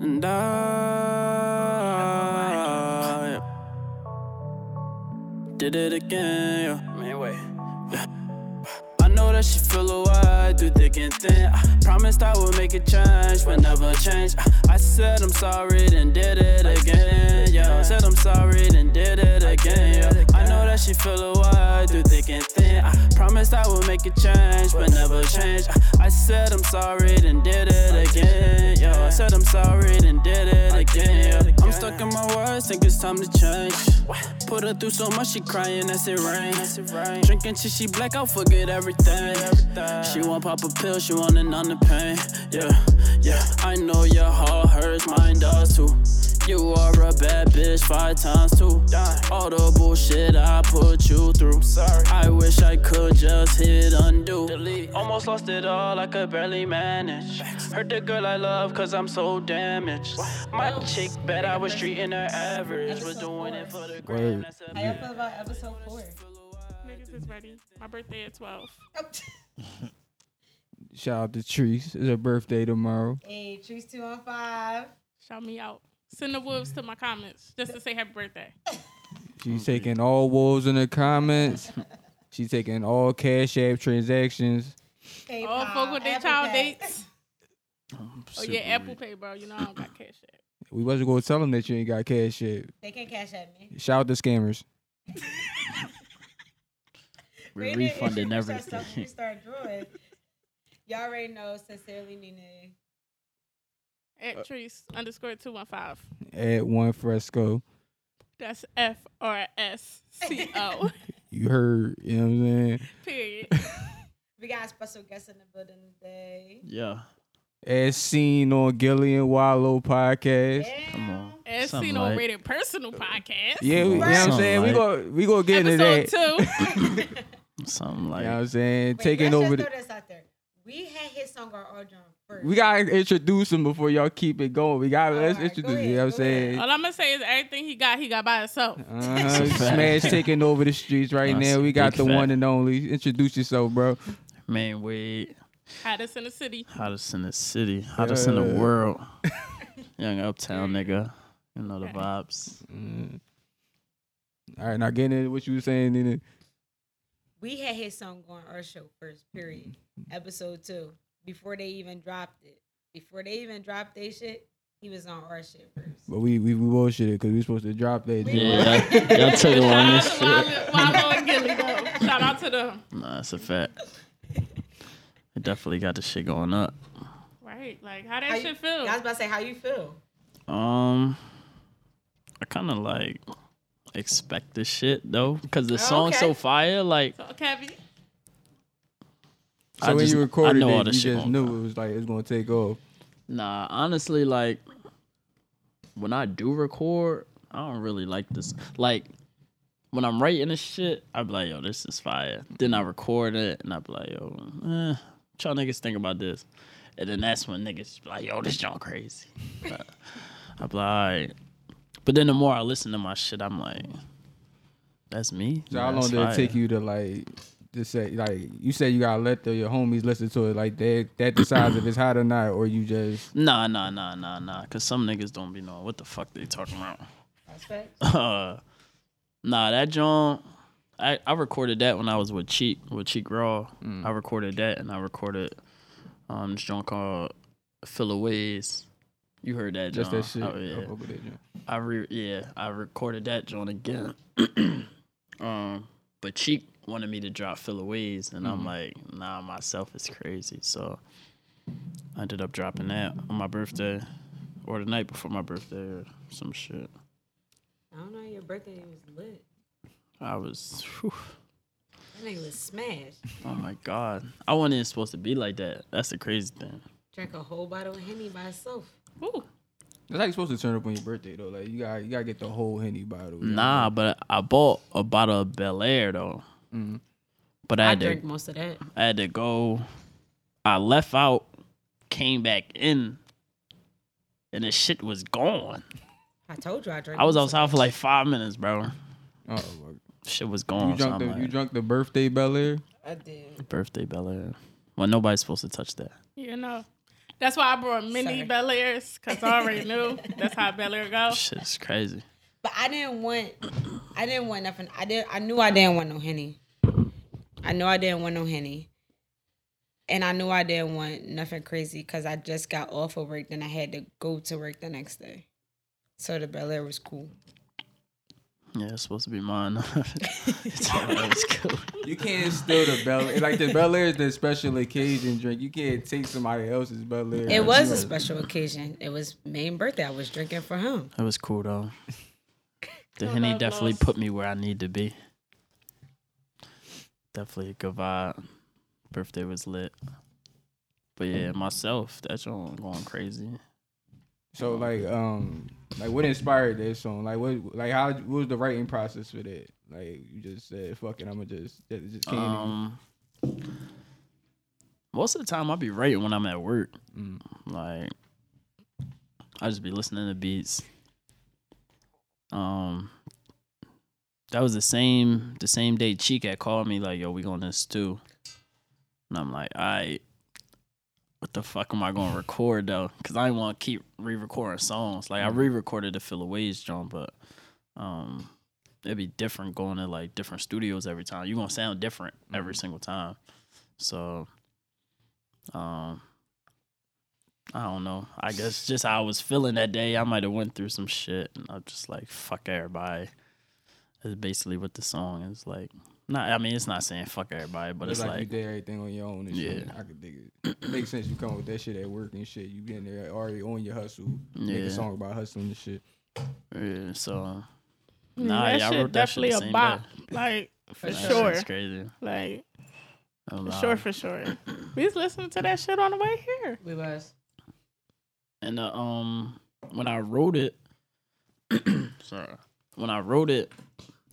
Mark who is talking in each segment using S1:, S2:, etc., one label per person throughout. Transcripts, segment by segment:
S1: and I did it again. Yeah. Man, wait. Yeah. I know that she feel a way through thick and thin. I promised I would make a change, but never changed. I, I said I'm sorry, then did it again. Yeah, said I'm sorry, then did it again. Yeah. I know that she feel a way through thick and thin. I promised I would make a change, but never changed. I, I said I'm sorry, then did it again. Yeah, said I'm sorry, then did it again. Yeah. I'm stuck in my words, think it's time to change. Put her through so much, she crying as it rain. Drinking till she black out, forget everything. She won't pop a pill, she want to numb the pain. Yeah, yeah. I know your heart hurts, mine does too. You are a bad bitch, five times two. All the bullshit I put you through. Sorry. I wish I could just hit undo. Delete. Almost lost it all, I could barely manage. Hurt the girl I love, cause I'm so damaged. My chick bet I was treating her average. Was doing it for the gram.
S2: Word.
S1: That's a
S3: How y'all feel about episode four?
S4: Niggas is ready. My birthday at 12.
S2: Shout out to Trees. It's her birthday tomorrow.
S3: hey, Trees two on five.
S4: Shout me out. Send the wolves to my comments just to say happy birthday.
S5: Oh,
S2: She's taking all wolves in the comments. She's taking all cash app transactions.
S3: Hey,
S4: All
S3: Pop,
S4: folk with their
S3: Apple
S4: child
S3: Pay.
S4: dates.
S5: I'm
S4: Oh,
S5: super
S4: yeah, Apple
S5: weak.
S4: Pay, bro. You know I don't got cash app.
S2: We wasn't gonna tell them that you ain't got cash app.
S3: They can cash at me.
S2: Shout out to scammers.
S3: Right
S5: We're
S3: there, if you
S5: refunding
S3: push that stuff, You
S5: everything.
S3: start drawing. Y'all already know. Sincerely, Nene.
S5: Uh,
S4: At trees underscore 215.
S2: At one fresco.
S4: That's F R S C O.
S2: You heard, you know what I'm saying?
S4: Period.
S3: We got a special guest in the building today.
S5: Yeah,
S2: As seen on Gillian Wallow podcast.
S5: come on.
S4: As
S5: Something
S4: seen on
S5: like-
S4: Rated Personal Podcast.
S2: Yeah, we, you know what I'm
S5: Something
S2: saying? We
S5: like-
S2: go we gonna get into
S4: Episode
S2: that.
S4: two.
S3: Damn.
S5: Something
S2: You
S5: like
S2: know what I'm saying?
S3: Wait,
S2: Taking
S3: let's
S2: over
S3: Just
S2: the
S3: throw this out there. We had his song on our drum first.
S2: we gotta introduce him before y'all keep it going. We gotta
S3: Alright,
S2: let's
S3: go
S2: introduce him,
S3: ahead,
S2: you know what I'm
S3: go ahead.
S2: saying?
S4: All I'm gonna say is everything he got, he got by himself.
S2: Uh-huh.
S5: That's a fact.
S2: Smash taking over the streets right
S5: That's
S2: now.
S5: a
S2: We got
S5: big
S2: the
S5: fact.
S2: one and only. Introduce yourself, bro.
S5: man, wait,
S4: Hottest in the city.
S5: hottest in the city, hottest in
S2: Yeah.
S5: the world. Young uptown nigga, you know the vibes.
S2: Mm. All right, now getting into what you were saying. Nene.
S3: we had his song on our show first, period. Episode two. Before they even dropped it. Before they even dropped their shit, he was on our shit first.
S2: But we we, we bullshitted because we supposed to drop that.
S3: We-
S2: joint.
S5: Yeah, y'all, y'all took it
S4: Shout
S5: on
S4: out
S5: this
S4: to
S5: shit.
S4: Wallo Wallo and Gilly though. Shout out to them.
S5: Nah, that's a fact. I definitely got the shit going up.
S4: Right. Like how that
S3: How you-
S4: shit feel.
S3: I was about to say, how you feel?
S5: Um, I kind of like expect this shit though, cause the song's so
S3: Okay.
S5: fire. Like,
S4: So Kevin,
S5: I
S2: So when
S5: just,
S2: you recorded
S5: I know
S2: it,
S5: all the
S2: you
S5: shit
S2: just
S5: gonna
S2: knew
S5: come.
S2: it was like it's gonna take off.
S5: Nah, honestly, like when I do record, I don't really like this. Like when I'm writing this shit, I be like, yo, this is fire. Then I record it and I be like, yo, eh, what y'all niggas think about this. And then that's when niggas be like, yo, this y'all crazy. But I be like, alright. But then the more I listen to my shit, I'm like, that's me.
S2: So how long
S5: That's
S2: did it
S5: fire.
S2: take you to like to say like you said you gotta let the, your homies listen to it like that that decides if it's hot or not or you just
S5: Nah, nah, nah, nah, nah. Cause some niggas don't be knowing what the fuck they talking about.
S3: Respect?
S5: uh nah that joint I, I recorded that when I was with Cheek with Cheek Raw.
S2: Mm.
S5: I recorded that and I recorded um this joint called Filler Ways. You heard that
S2: just
S5: joint.
S2: that shit.
S5: Oh, yeah.
S2: I fuck with that joint.
S5: I re- yeah, I recorded that joint again. um, but Cheek wanted me to drop Filler Ways, and
S2: Mm.
S5: I'm like, nah, myself is crazy. So I ended up dropping that on my birthday, or the night before my birthday, or some shit.
S3: I don't know, your birthday was lit.
S5: I was, whew,
S3: That nigga was smashed.
S5: oh my god, I wasn't even supposed to be like that. That's the crazy thing.
S3: Drank a whole bottle of Henny by itself.
S4: ooh,
S2: That's how you supposed to turn up on your birthday though. Like you got to you gotta get the whole henny bottle.
S5: Nah, but I bought a bottle of Bel Air though.
S2: Mhm.
S5: But I
S3: I
S5: had to
S3: drank most of that.
S5: I had to go. I left out, came back in, and the shit was gone.
S3: I told you I drank.
S5: I was
S3: most of
S5: outside for like five minutes, bro.
S2: Oh, well,
S5: Shit was gone.
S2: you
S5: Oh, so
S2: drunk
S5: I'm
S2: the you
S5: like,
S2: drunk the birthday Bel Air.
S3: that. I did.
S5: birthday Bel Air. Well, nobody's supposed to touch that.
S4: you know. That's why I brought mini
S3: Sorry.
S4: Bel Airs because I already knew that's how Bel Air go.
S5: Shit's crazy.
S3: But I didn't want, I didn't want nothing. I didn't. I knew I didn't want no henny. I knew I didn't want no henny, and I knew I didn't want nothing crazy because I just got off of work. Then I had to go to work the next day, so the Bel Air was cool.
S5: Yeah, it's supposed to be mine. it's always cool.
S2: You can't steal the Bel Air. Like the Bel Air is the special occasion drink. You can't take somebody else's Bel Air.
S3: It was a special occasion. It was main birthday. I was drinking for him.
S5: That was cool though. The henny
S4: love
S5: definitely
S4: loss.
S5: put me where I need to be. Definitely a good vibe. Birthday was lit. But yeah, myself, that joint going crazy.
S2: So like um like what inspired this song? Like what like how what was the writing process for that? Like you just said, fuck it, I'ma just that just came. to you.
S5: Um, most of the time I be writing when I'm at work.
S2: Mm.
S5: Like I just be listening to beats. Um, that was the same the same day Cheek had called me like, "Yo, we going to this too," and I'm like, "All right." What the fuck am I gonna record though? Cause I didn't want to keep re-recording songs. Like I re-recorded the Filler Ways John, but um, it'd be different going to like different studios every time. You're gonna sound different
S2: Mm-hmm.
S5: every single time. So um I don't know. I guess just how I was feeling that day, I might have went through some shit and I'm just like, fuck everybody. That's basically what the song is like. Not I mean it's not saying fuck everybody, but
S2: It's
S5: it's
S2: like, you
S5: like
S2: did everything on your own and shit.
S5: Yeah.
S2: I could dig it. Makes sense you come up with that shit at work and shit. You getting there already on your hustle. Make
S5: Yeah.
S2: a song about hustling and shit.
S5: yeah, so Nah,
S4: Yeah, Mm, that
S5: yeah, I
S4: shit
S5: wrote that shit the
S4: definitely a
S5: same
S4: bop.
S5: day.
S4: Like for
S5: that
S4: sure.
S5: shit's crazy.
S4: Like
S5: Oh,
S4: for
S5: nah.
S4: sure, for sure. We was listening to that shit on the way here.
S3: We was.
S5: And uh, um, when I wrote it, sorry, when I wrote it,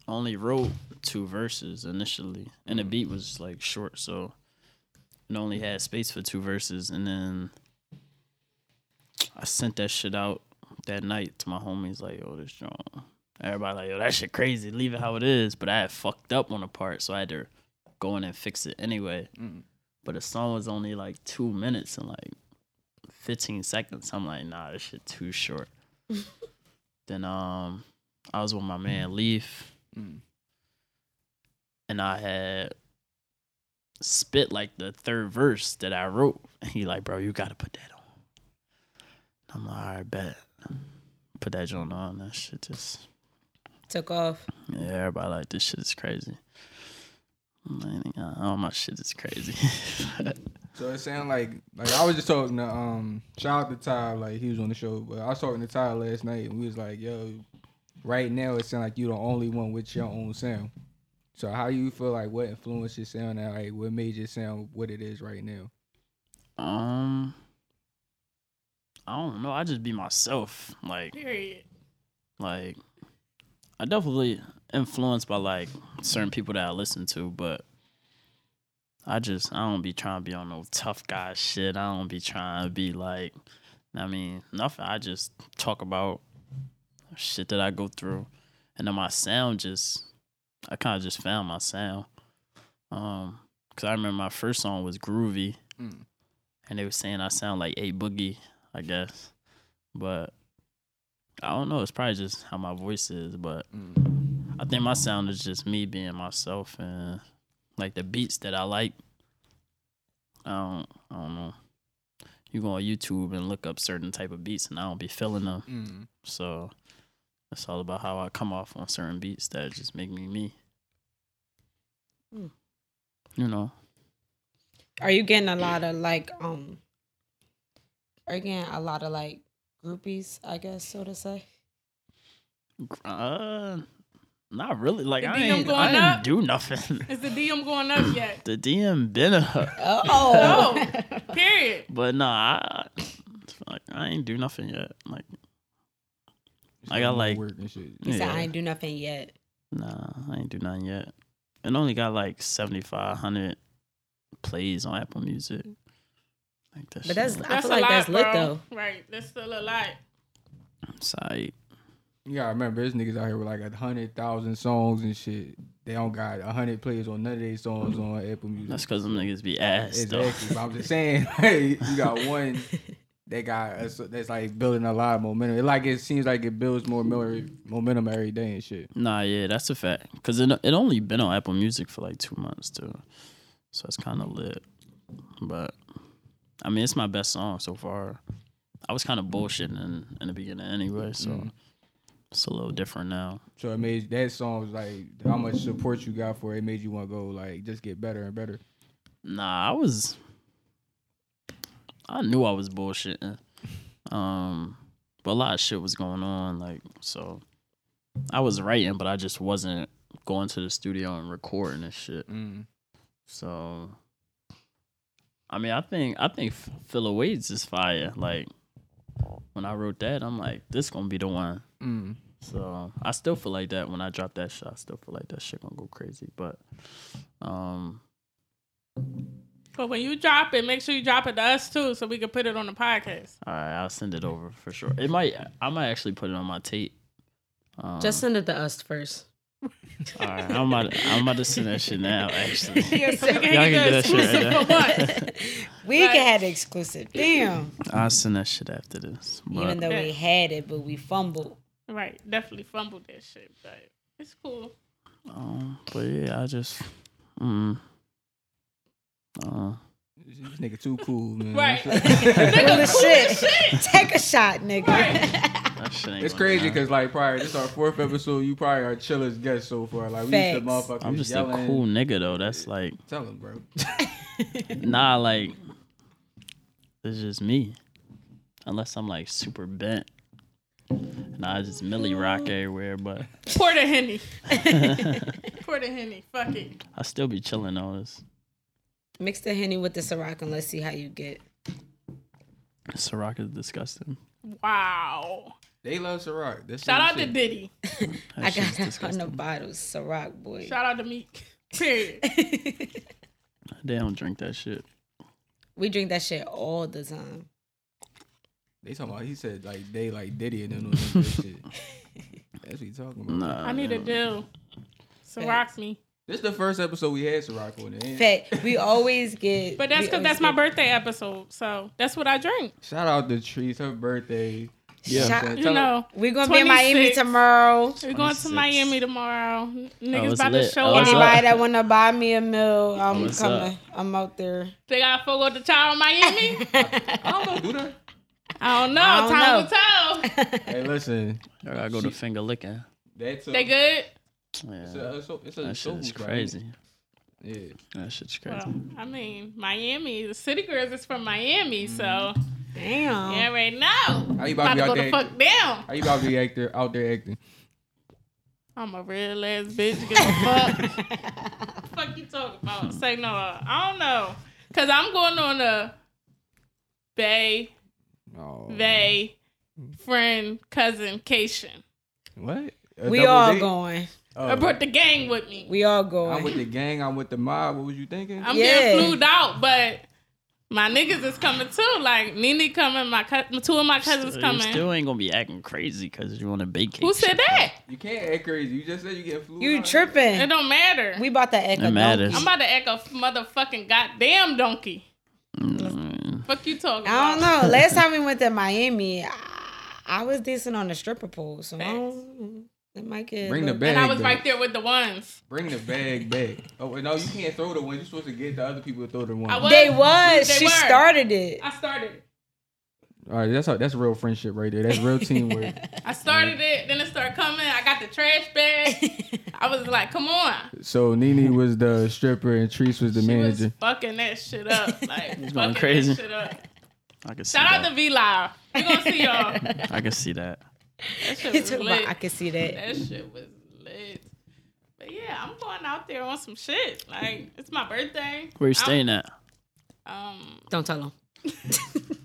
S5: I only wrote two verses initially, and the beat was like short, so it only had space for two verses. And then I sent that shit out that night to my homies, like, "Yo, this joint." Everybody like, "Yo, that shit crazy. Leave it how it is." But I had fucked up on a part, so I had to go in and fix it anyway. But the song was only like two minutes and like 15 seconds. I'm like, nah, this shit too short. then um, I was with my man Leaf,
S2: Mm.
S5: and I had spit like the third verse that I wrote. And he like, bro, you gotta put that on. I'm like, all right, bet. Put that joint on. That shit just
S3: Took off.
S5: yeah, everybody like this shit is crazy. I'm like, "Nah, all my shit is crazy.
S2: So it sounded like like I was just talking to um shout out to Ty, like he was on the show, but I was talking to Ty last night and we was like, yo, right now it sounds like you the only one with your own sound. So how you feel like what influenced your sound and like what made your sound what it is right now?
S5: um, I don't know. I just be myself. Like
S4: Period.
S5: like I definitely influenced by like certain people that I listen to, but I just I don't be trying to be on no tough guy shit. I don't be trying to be like I mean, nothing. I just talk about shit that I go through. And then my sound just I kind of just found my sound. Um cuz I remember my first song was groovy.
S2: Mm.
S5: And they were saying I sound like a boogie, I guess. But I don't know. It's probably just how my voice is, but I think my sound is just me being myself and like the beats that I like. I don't, I don't know. You go on YouTube and look up certain type of beats, and I don't be feeling them.
S2: Mm.
S5: So it's all about how I come off on certain beats that just make me me.
S3: Hmm.
S5: You know,
S3: Are you getting a lot of like um? Are you getting a lot of like groupies? I guess so to say.
S5: uh, not really. Like
S4: The
S5: I
S4: DM
S5: ain't,
S4: going
S5: I didn't
S4: up?
S5: do nothing.
S4: Is the DM going up yet?
S5: the DM been up.
S3: Oh,
S4: Period.
S5: But nah, I, like, I ain't do nothing yet. Like, I got, like-
S2: work and shit.
S3: he said
S5: yeah. Uh-huh.
S3: I ain't do nothing yet.
S5: nah, I ain't do nothing yet. It only got like seventy five hundred plays on Apple Music. Like that
S3: But that's
S5: shit,
S3: I feel like that's lit though.
S4: Right. That's still a lot.
S5: it's alright.
S2: You gotta remember, there's niggas out here with like a hundred thousand songs and shit. They don't got a hundred plays on none of their songs on Apple Music.
S5: That's because them niggas be ass though.
S2: exactly. But I'm just saying, hey, you got one they got us- that's like building a lot of momentum. It like it seems like it builds more miller- momentum every day and shit.
S5: Nah, yeah, that's a fact. Cause it it only been on Apple Music for like two months too, so it's kind of lit. But I mean, it's my best song so far. I was kind of bullshitting in, in the beginning anyway, so it's a little different now.
S2: So it made that song was like how much support you got for it, it made you want to go like just get better and better.
S5: Nah, I was. I knew I was bullshitting. Um, but a lot of shit was going on, like so. I was writing, but I just wasn't going to the studio and recording and shit.
S4: Mm-hmm.
S2: Mm.
S5: So, I mean, I think I think F- Phil Wade's is fire. Like when I wrote that, I'm like, this gonna be the one.
S2: Mm.
S5: So I still feel like that when I drop that shit. I still feel like that shit gonna go crazy. But um,
S4: But when you drop it, make sure you drop it to us too, so we can put it on the podcast.
S5: all right, I'll send it over for sure. It might I might actually put it on my tape. Um,
S3: Just send it to us first.
S5: all right, I'm about to, I'm about to send that shit now. Actually,
S4: Yeah, so we can
S5: Y'all can
S4: get the
S5: get that shit right
S4: exclusive for what?
S3: We
S4: Right.
S3: can have the exclusive. Damn.
S5: I'll send that shit after this. But,
S3: Even though we had it, but we fumbled.
S4: Right, definitely fumbled that shit, but it's cool.
S5: um, but yeah, I just. Mm, uh,
S2: This nigga too cool, man.
S4: Right.
S3: Full of shit. Take a shot, nigga.
S5: That shit ain't
S2: It's
S5: going
S2: crazy
S5: down.
S2: because like probably this our fourth episode. You probably our chillest guest so far. Like we used to
S3: Facts.
S2: motherfuckers
S5: I'm just
S2: yelling.
S5: a cool nigga though. That's like
S2: Tell him, bro.
S5: nah, like it's just me. Unless I'm like super bent. Nah, I just Millie rock everywhere, but
S4: Pour the henny. Pour the henny. Fuck it.
S5: I still be chilling on this.
S3: Mix the henny with the Ciroc and let's see how you get.
S5: Ciroc is disgusting.
S4: Wow.
S2: They love Ciroc. That's
S4: Shout
S2: some
S4: out to
S2: shit.
S4: Diddy.
S5: That
S3: I
S5: shit's
S3: got a
S5: disgusting.
S3: hundred bottles, Ciroc boy.
S4: Shout out to Meek. Period.
S5: They don't drink that shit.
S3: we drink that shit all the time.
S2: They talking about he said like they like Diddy and them doing that shit. That's what he talking about.
S5: Nah.
S4: I need a
S5: man.
S4: deal. So rock me.
S2: This is the first episode we had Ciroc on it. ain't it.
S3: Fact, we always get.
S4: But that's
S3: we
S4: because
S3: always
S4: that's my
S3: get-
S4: birthday episode. So that's what I drink.
S2: Shout out to Trees, her birthday.
S5: Yeah.
S3: Shout-
S2: Tell
S4: You
S2: her-
S4: know,
S3: We're gonna be in Miami
S4: 26.
S3: tomorrow.
S4: we're going to
S5: 26.
S4: Miami tomorrow. Niggas
S5: it's
S4: about to
S5: lit.
S4: show
S5: Oh, it's
S4: up.
S5: lit.
S3: Anybody that wanna buy me a meal, I'm
S5: What's
S3: coming.
S5: up?
S3: I'm out there.
S4: They got to fuck with the child in Miami.
S2: I don't know, do that.
S4: I don't know.
S3: I don't
S4: Time
S3: know.
S4: will tell.
S2: Hey, listen,
S5: I gotta go to finger licking.
S2: that's a,
S4: They good?
S2: It's a,
S5: Yeah.
S2: it's a, it's a
S5: That shit
S2: soul
S5: is
S2: food, right?
S5: crazy.
S2: Yeah,
S5: That shit's crazy.
S4: Well, I mean, Miami. The city girls is from Miami, so
S3: Damn.
S4: yeah, right now.
S2: how you
S4: About
S2: about,
S4: to go
S2: to Oh. be
S4: the
S2: out there?
S4: fuck down.
S2: How you about to be out there, out there acting?
S4: I'm a real ass bitch. Give a fuck. fuck you talking about? Say no. I don't know. Cause I'm going on a bay,
S2: Oh,
S4: they, friend, cousin, cation.
S2: what? A
S3: We
S2: double
S3: all
S2: date?
S3: going.
S2: Oh,
S4: I brought the gang with me.
S3: We all
S2: I'm with
S3: going.
S2: the gang. I'm with the mob. What was you thinking?
S4: I'm
S3: Yeah.
S4: getting flued out, but my niggas is coming too. Like Nene coming, my cou- two of my
S5: Still-
S4: cousins
S5: You
S4: coming.
S5: still ain't gonna be acting crazy because you want to bake
S4: Who said that?
S2: you can't act crazy. You just said you get flew.
S3: You
S2: out.
S4: It
S3: tripping?
S4: don't matter.
S3: We bought that
S5: It
S3: echo
S5: matters.
S3: donkey.
S4: I'm about to act a motherfucking goddamn donkey.
S5: Mm,
S4: Fuck you talking
S3: I
S4: about?
S3: don't know. Last time we went to Miami, I, I was decent on the stripper pole, so I don't- it might get.
S2: Bring the
S3: back.
S2: bag.
S4: And I was
S2: though.
S4: right there with the ones.
S2: Bring the bag back. Oh wait, no, you can't throw the one. You're supposed to get the other people to throw the one.
S4: I
S2: All
S4: was-
S3: They was.
S4: They
S3: she
S4: were.
S3: started it.
S4: I started.
S2: right, that's how, that's real friendship right there. That's real teamwork.
S4: I started it. Then it started coming. I got the trash bag. I was like, come on.
S2: so Nene was the stripper and Treese was the
S4: She
S2: manager.
S4: was fucking that shit up. Like fucking
S5: crazy.
S4: that shit up.
S5: I can see
S4: Shout out
S5: that.
S4: to V Live. We gonna see y'all. That
S5: I can see that.
S4: shit
S3: He
S4: was
S3: took my, I
S4: lit.
S3: could see that.
S4: That shit was lit. But yeah, I'm going out there on some shit. Like it's my birthday.
S5: Where you staying at?
S4: Um,
S3: Don't tell him.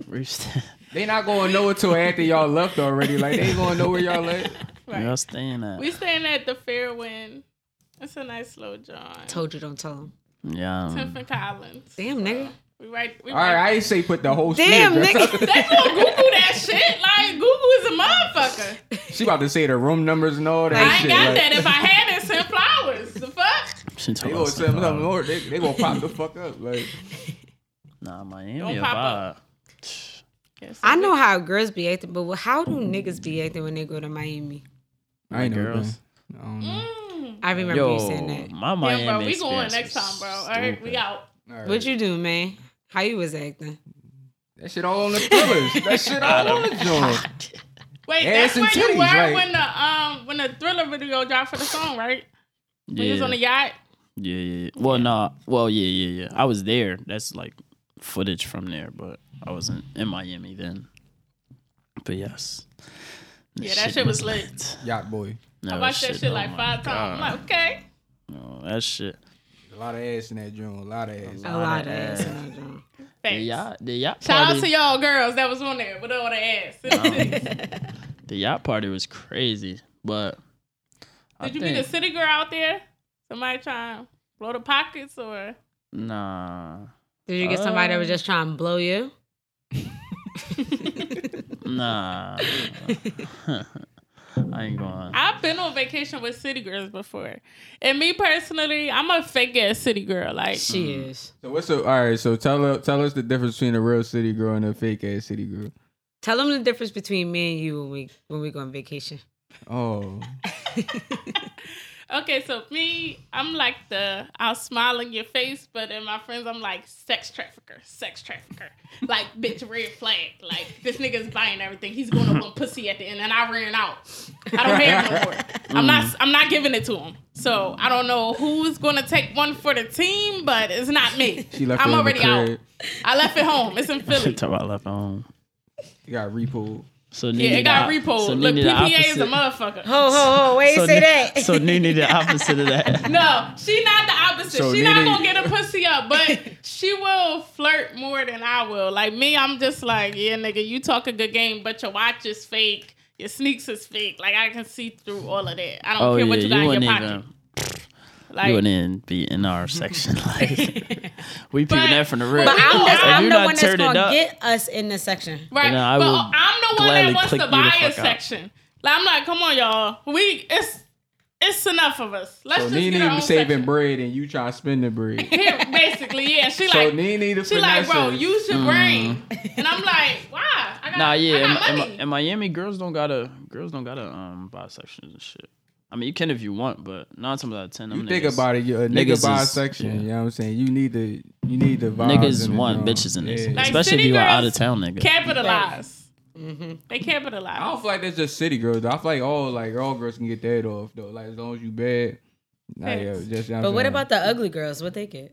S5: Where you staying?
S2: They not going nowhere till after y'all left already. Like they ain't going nowhere y'all at.
S5: Where y'all staying at?
S4: we staying at the Fairwind. It's a nice little joint.
S3: Told you, don't tell him.
S5: yeah. um,
S4: Tiffin Collins.
S3: Damn, nigga.
S4: We right. We
S2: All right,
S4: right.
S2: I ain't say put the whole.
S3: Damn,
S2: snare, girl.
S3: nigga.
S4: They gonna Google that shit. Like Google is a motherfucker.
S2: She about to say the room numbers and all that
S4: I ain't
S2: shit.
S4: got
S2: like,
S4: that. If I had it, send flowers. The fuck?
S5: she
S2: They
S5: talking
S2: gonna
S5: about
S2: send
S5: something.
S2: them something more. They, they gonna pop the fuck up. Like
S5: Nah, Miami a
S4: pop up.
S5: vibe.
S4: Yes,
S3: I know how girls be acting, but how do niggas be acting when they go to Miami?
S2: I ain't never
S5: girls.
S2: been. I don't know.
S4: Mm.
S3: I remember
S5: Yo,
S3: you saying that.
S5: my Miami
S4: Yeah, bro, we going
S5: experience
S4: next
S5: was
S4: time, bro. All right, we
S5: stupid.
S4: out.
S2: All
S3: What
S2: right.
S3: you do, man? How you was acting?
S2: That shit all on the pillars. that shit all on the joint.
S4: Wait,
S2: Ass and
S4: that's where you
S2: titties,
S4: were
S2: right.
S4: when the um when the thriller video dropped for the song, right? When you was
S5: Yeah.
S4: on the yacht.
S5: Yeah, yeah, yeah. Well, no. Well, yeah, yeah, yeah. I was there. That's like footage from there, but I wasn't in Miami then. But yes.
S4: Yeah, that shit was lit.
S2: Yacht boy.
S5: No,
S4: I watched that shit
S5: oh
S4: like
S5: my
S4: five times.
S5: God.
S4: I'm like, okay.
S5: No, that shit.
S2: A lot of ass in that joint. A lot of ass.
S3: A lot of ass. in that joint.
S5: The
S4: Thanks.
S5: yacht, the yacht
S4: Shout out
S5: party. Oh, um,
S4: to y'all girls that was on there with all the ass. Did
S5: the yacht party was crazy, but I
S4: you be
S5: think,
S4: the city girl out there? Somebody trying to blow the pockets or
S5: nah,
S3: Did you get somebody that was just trying to blow you?
S5: nah. I ain't going.
S4: I've been on vacation with city girls before. And me personally, I'm a fake ass city girl. Like
S3: She is.
S2: So what's up? All right. So tell us, tell us the difference between a real city girl and a fake ass city girl.
S3: Tell them the difference between me and you when we when we go on vacation.
S2: Oh,
S4: Okay, so me, I'm like the I'll smile in your face, but in my friends, I'm like sex trafficker, sex trafficker, like bitch red flag, like this nigga's buying everything. He's going to want pussy at the end, and I ran out. I don't have no more. I'm
S5: Mm.
S4: not I'm not giving it to him. So I don't know who's going to take one for the team, but it's not me.
S2: she left.
S4: I'm
S2: it in
S4: already
S2: the crib.
S4: out. I left it home. It's in Philly.
S5: Talk about left home.
S2: You got repo.
S5: So
S4: Yeah,
S5: Nene
S4: it got
S5: the-
S4: repoed.
S5: so
S4: Look,
S5: Nene the
S4: PPA is a
S5: opposite-
S4: motherfucker.
S3: Ho ho ho! Wait,
S5: so
S3: say
S5: Ni-
S3: that.
S5: So Nene the opposite of that.
S4: No, she not the opposite.
S2: So
S4: she not
S2: Nene-
S4: gonna get a pussy up, but she will flirt more than I will. Like me, I'm just like, yeah, nigga, you talk a good game, but your watch is fake. Your sneaks is fake. Like I can see through all of that. I don't
S5: Oh
S4: care
S5: yeah,
S4: what you,
S5: you,
S4: got in
S5: wouldn't
S4: your
S5: even.
S4: pocket.
S5: you
S4: Like
S5: wouldn't even be in our section. Like we
S4: But-
S5: peeping that from the rear.
S3: but I'm,
S4: If
S3: the, I'm
S5: you
S3: the
S5: not
S3: one that's
S5: turning
S3: gonna
S5: up-
S3: get us in the section.
S4: right,
S5: And I
S4: but
S5: will
S4: I'm the one
S5: gladly
S4: that wants
S5: click
S4: to
S5: you the
S4: buy a
S5: fuck out.
S4: section. Like I'm like, come on, y'all. We it's it's enough of us. Let's
S2: So
S4: just get our
S2: Nene
S4: own
S2: saving
S4: section.
S2: bread and you trying to spend the bread.
S4: Here, basically, yeah. She
S2: so
S4: like
S2: Nene the
S4: She like, bro,
S2: finesse.
S4: use your brain. And I'm like, why? I got,
S5: Mm-hmm. Nah,
S4: I
S5: yeah. In,
S4: got
S5: Mi- in,
S4: money.
S5: Mi- in Miami, girls don't gotta girls don't gotta um buy sections and shit. I mean, you can if you want, but nine times out of ten,
S2: You
S5: them
S2: think
S5: niggas,
S2: about it, you're a
S5: niggas
S2: nigga
S5: is-
S2: bisection.
S5: yeah.
S2: You know what I'm saying? You need the you need the vibes
S5: Niggas
S2: in the
S5: want
S2: joint.
S5: bitches in this,
S2: Yeah.
S4: Like,
S5: especially if
S4: city
S5: you are
S4: girls
S5: out of town, nigga.
S4: capitalize.
S3: Mhm.
S4: They
S2: I don't
S4: capitalize.
S2: feel like that's just city girls. Though. I feel like all like all girls can get that off though. Like as long as you bad. Like, yo,
S4: Thanks.
S2: just, you know
S3: But what
S2: I'm
S3: about the ugly girls? What they get?
S2: saying?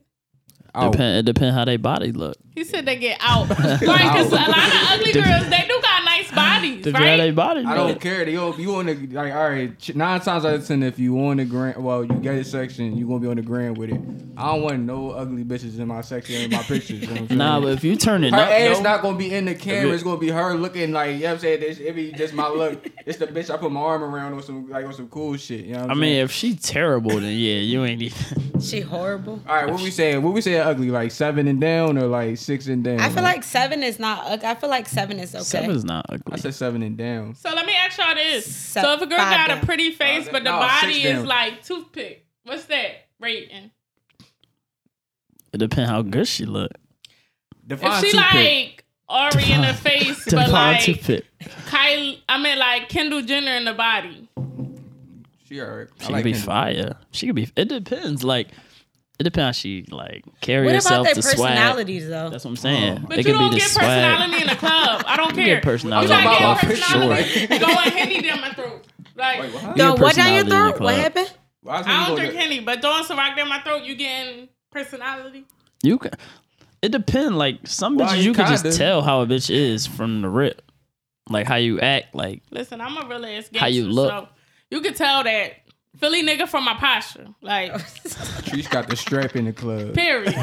S2: Out.
S5: Depend, it depend how they body look.
S4: He said they get out. right, because a lot of ugly girls, they do got nice bodies,
S5: Depend how they
S4: right?
S5: body
S2: I don't
S5: look.
S2: care. They all- you on the like all right. ch- Nine times out of ten, if you on the grand, well, you get a section, you gonna be on the grand with it. I don't want no ugly bitches in my section in my pictures. You know what I'm saying?
S5: Nah, but if you turn it
S2: Her
S5: up,
S2: ass
S5: though,
S2: not gonna be in the camera. It's gonna be her looking like you know what I'm saying. It's, it be just my look. It's the bitch I put my arm around on some like on some cool shit. You know what I'm
S5: I mean,
S2: saying?
S5: if she terrible, then yeah, you ain't even.
S3: She horrible.
S2: all right, what we saying? What we saying? Ugly like seven and down or like six and down?
S3: I feel like seven is not. ug- I feel like seven is okay.
S5: Seven's not
S2: I
S5: ugly.
S2: said seven and down.
S4: So let me ask y'all this.
S3: Se-
S4: so if a girl
S3: five
S4: got
S3: down.
S4: a pretty face,
S2: Five
S4: but the
S2: down. No, six
S4: body is
S2: down.
S4: like toothpick, what's that rating?
S5: It depend how good she look.
S2: Define
S4: If she
S2: toothpick.
S4: like Ari in the face, but
S5: Depend how to
S4: like
S5: fit.
S4: Kylie, I mean like Kendall Jenner in the body.
S2: she alright. I
S5: She
S2: like
S5: could be
S2: Kendall.
S5: fire. She could be. It depends. Like, it depends how she like carry
S3: what about
S5: herself.
S3: their
S5: the swag.
S3: personalities though?
S5: That's what I'm saying.
S2: Oh.
S4: But
S5: it
S4: you
S5: could
S4: don't
S5: be the
S4: get
S5: swag.
S4: personality in the club. I don't
S5: You
S4: care.
S5: get
S4: You
S5: personality.
S2: I'm talking
S4: gotta
S2: about
S4: get
S2: my
S4: personality.
S2: picture,
S4: Go and Henny down my throat. Like
S2: Wait, what?
S5: You
S3: Yo,
S5: get
S3: what down your
S5: personality in your
S3: throat? What
S5: club.
S3: happened?
S2: Why is
S4: I
S2: you
S4: don't
S2: gonna-
S4: drink Henny, but throwing some rock down my throat, you getting personality.
S5: You can. It depends. Like some
S2: Well,
S5: bitches,
S2: you
S5: you can
S2: kinda-
S5: just tell how a bitch is from the rip. Like how you act. Like
S4: Listen, I'm a real ass gangster.
S5: How you look.
S4: So you could tell that Philly nigga from my posture. Like,
S2: She's got the strap in the club.
S4: period.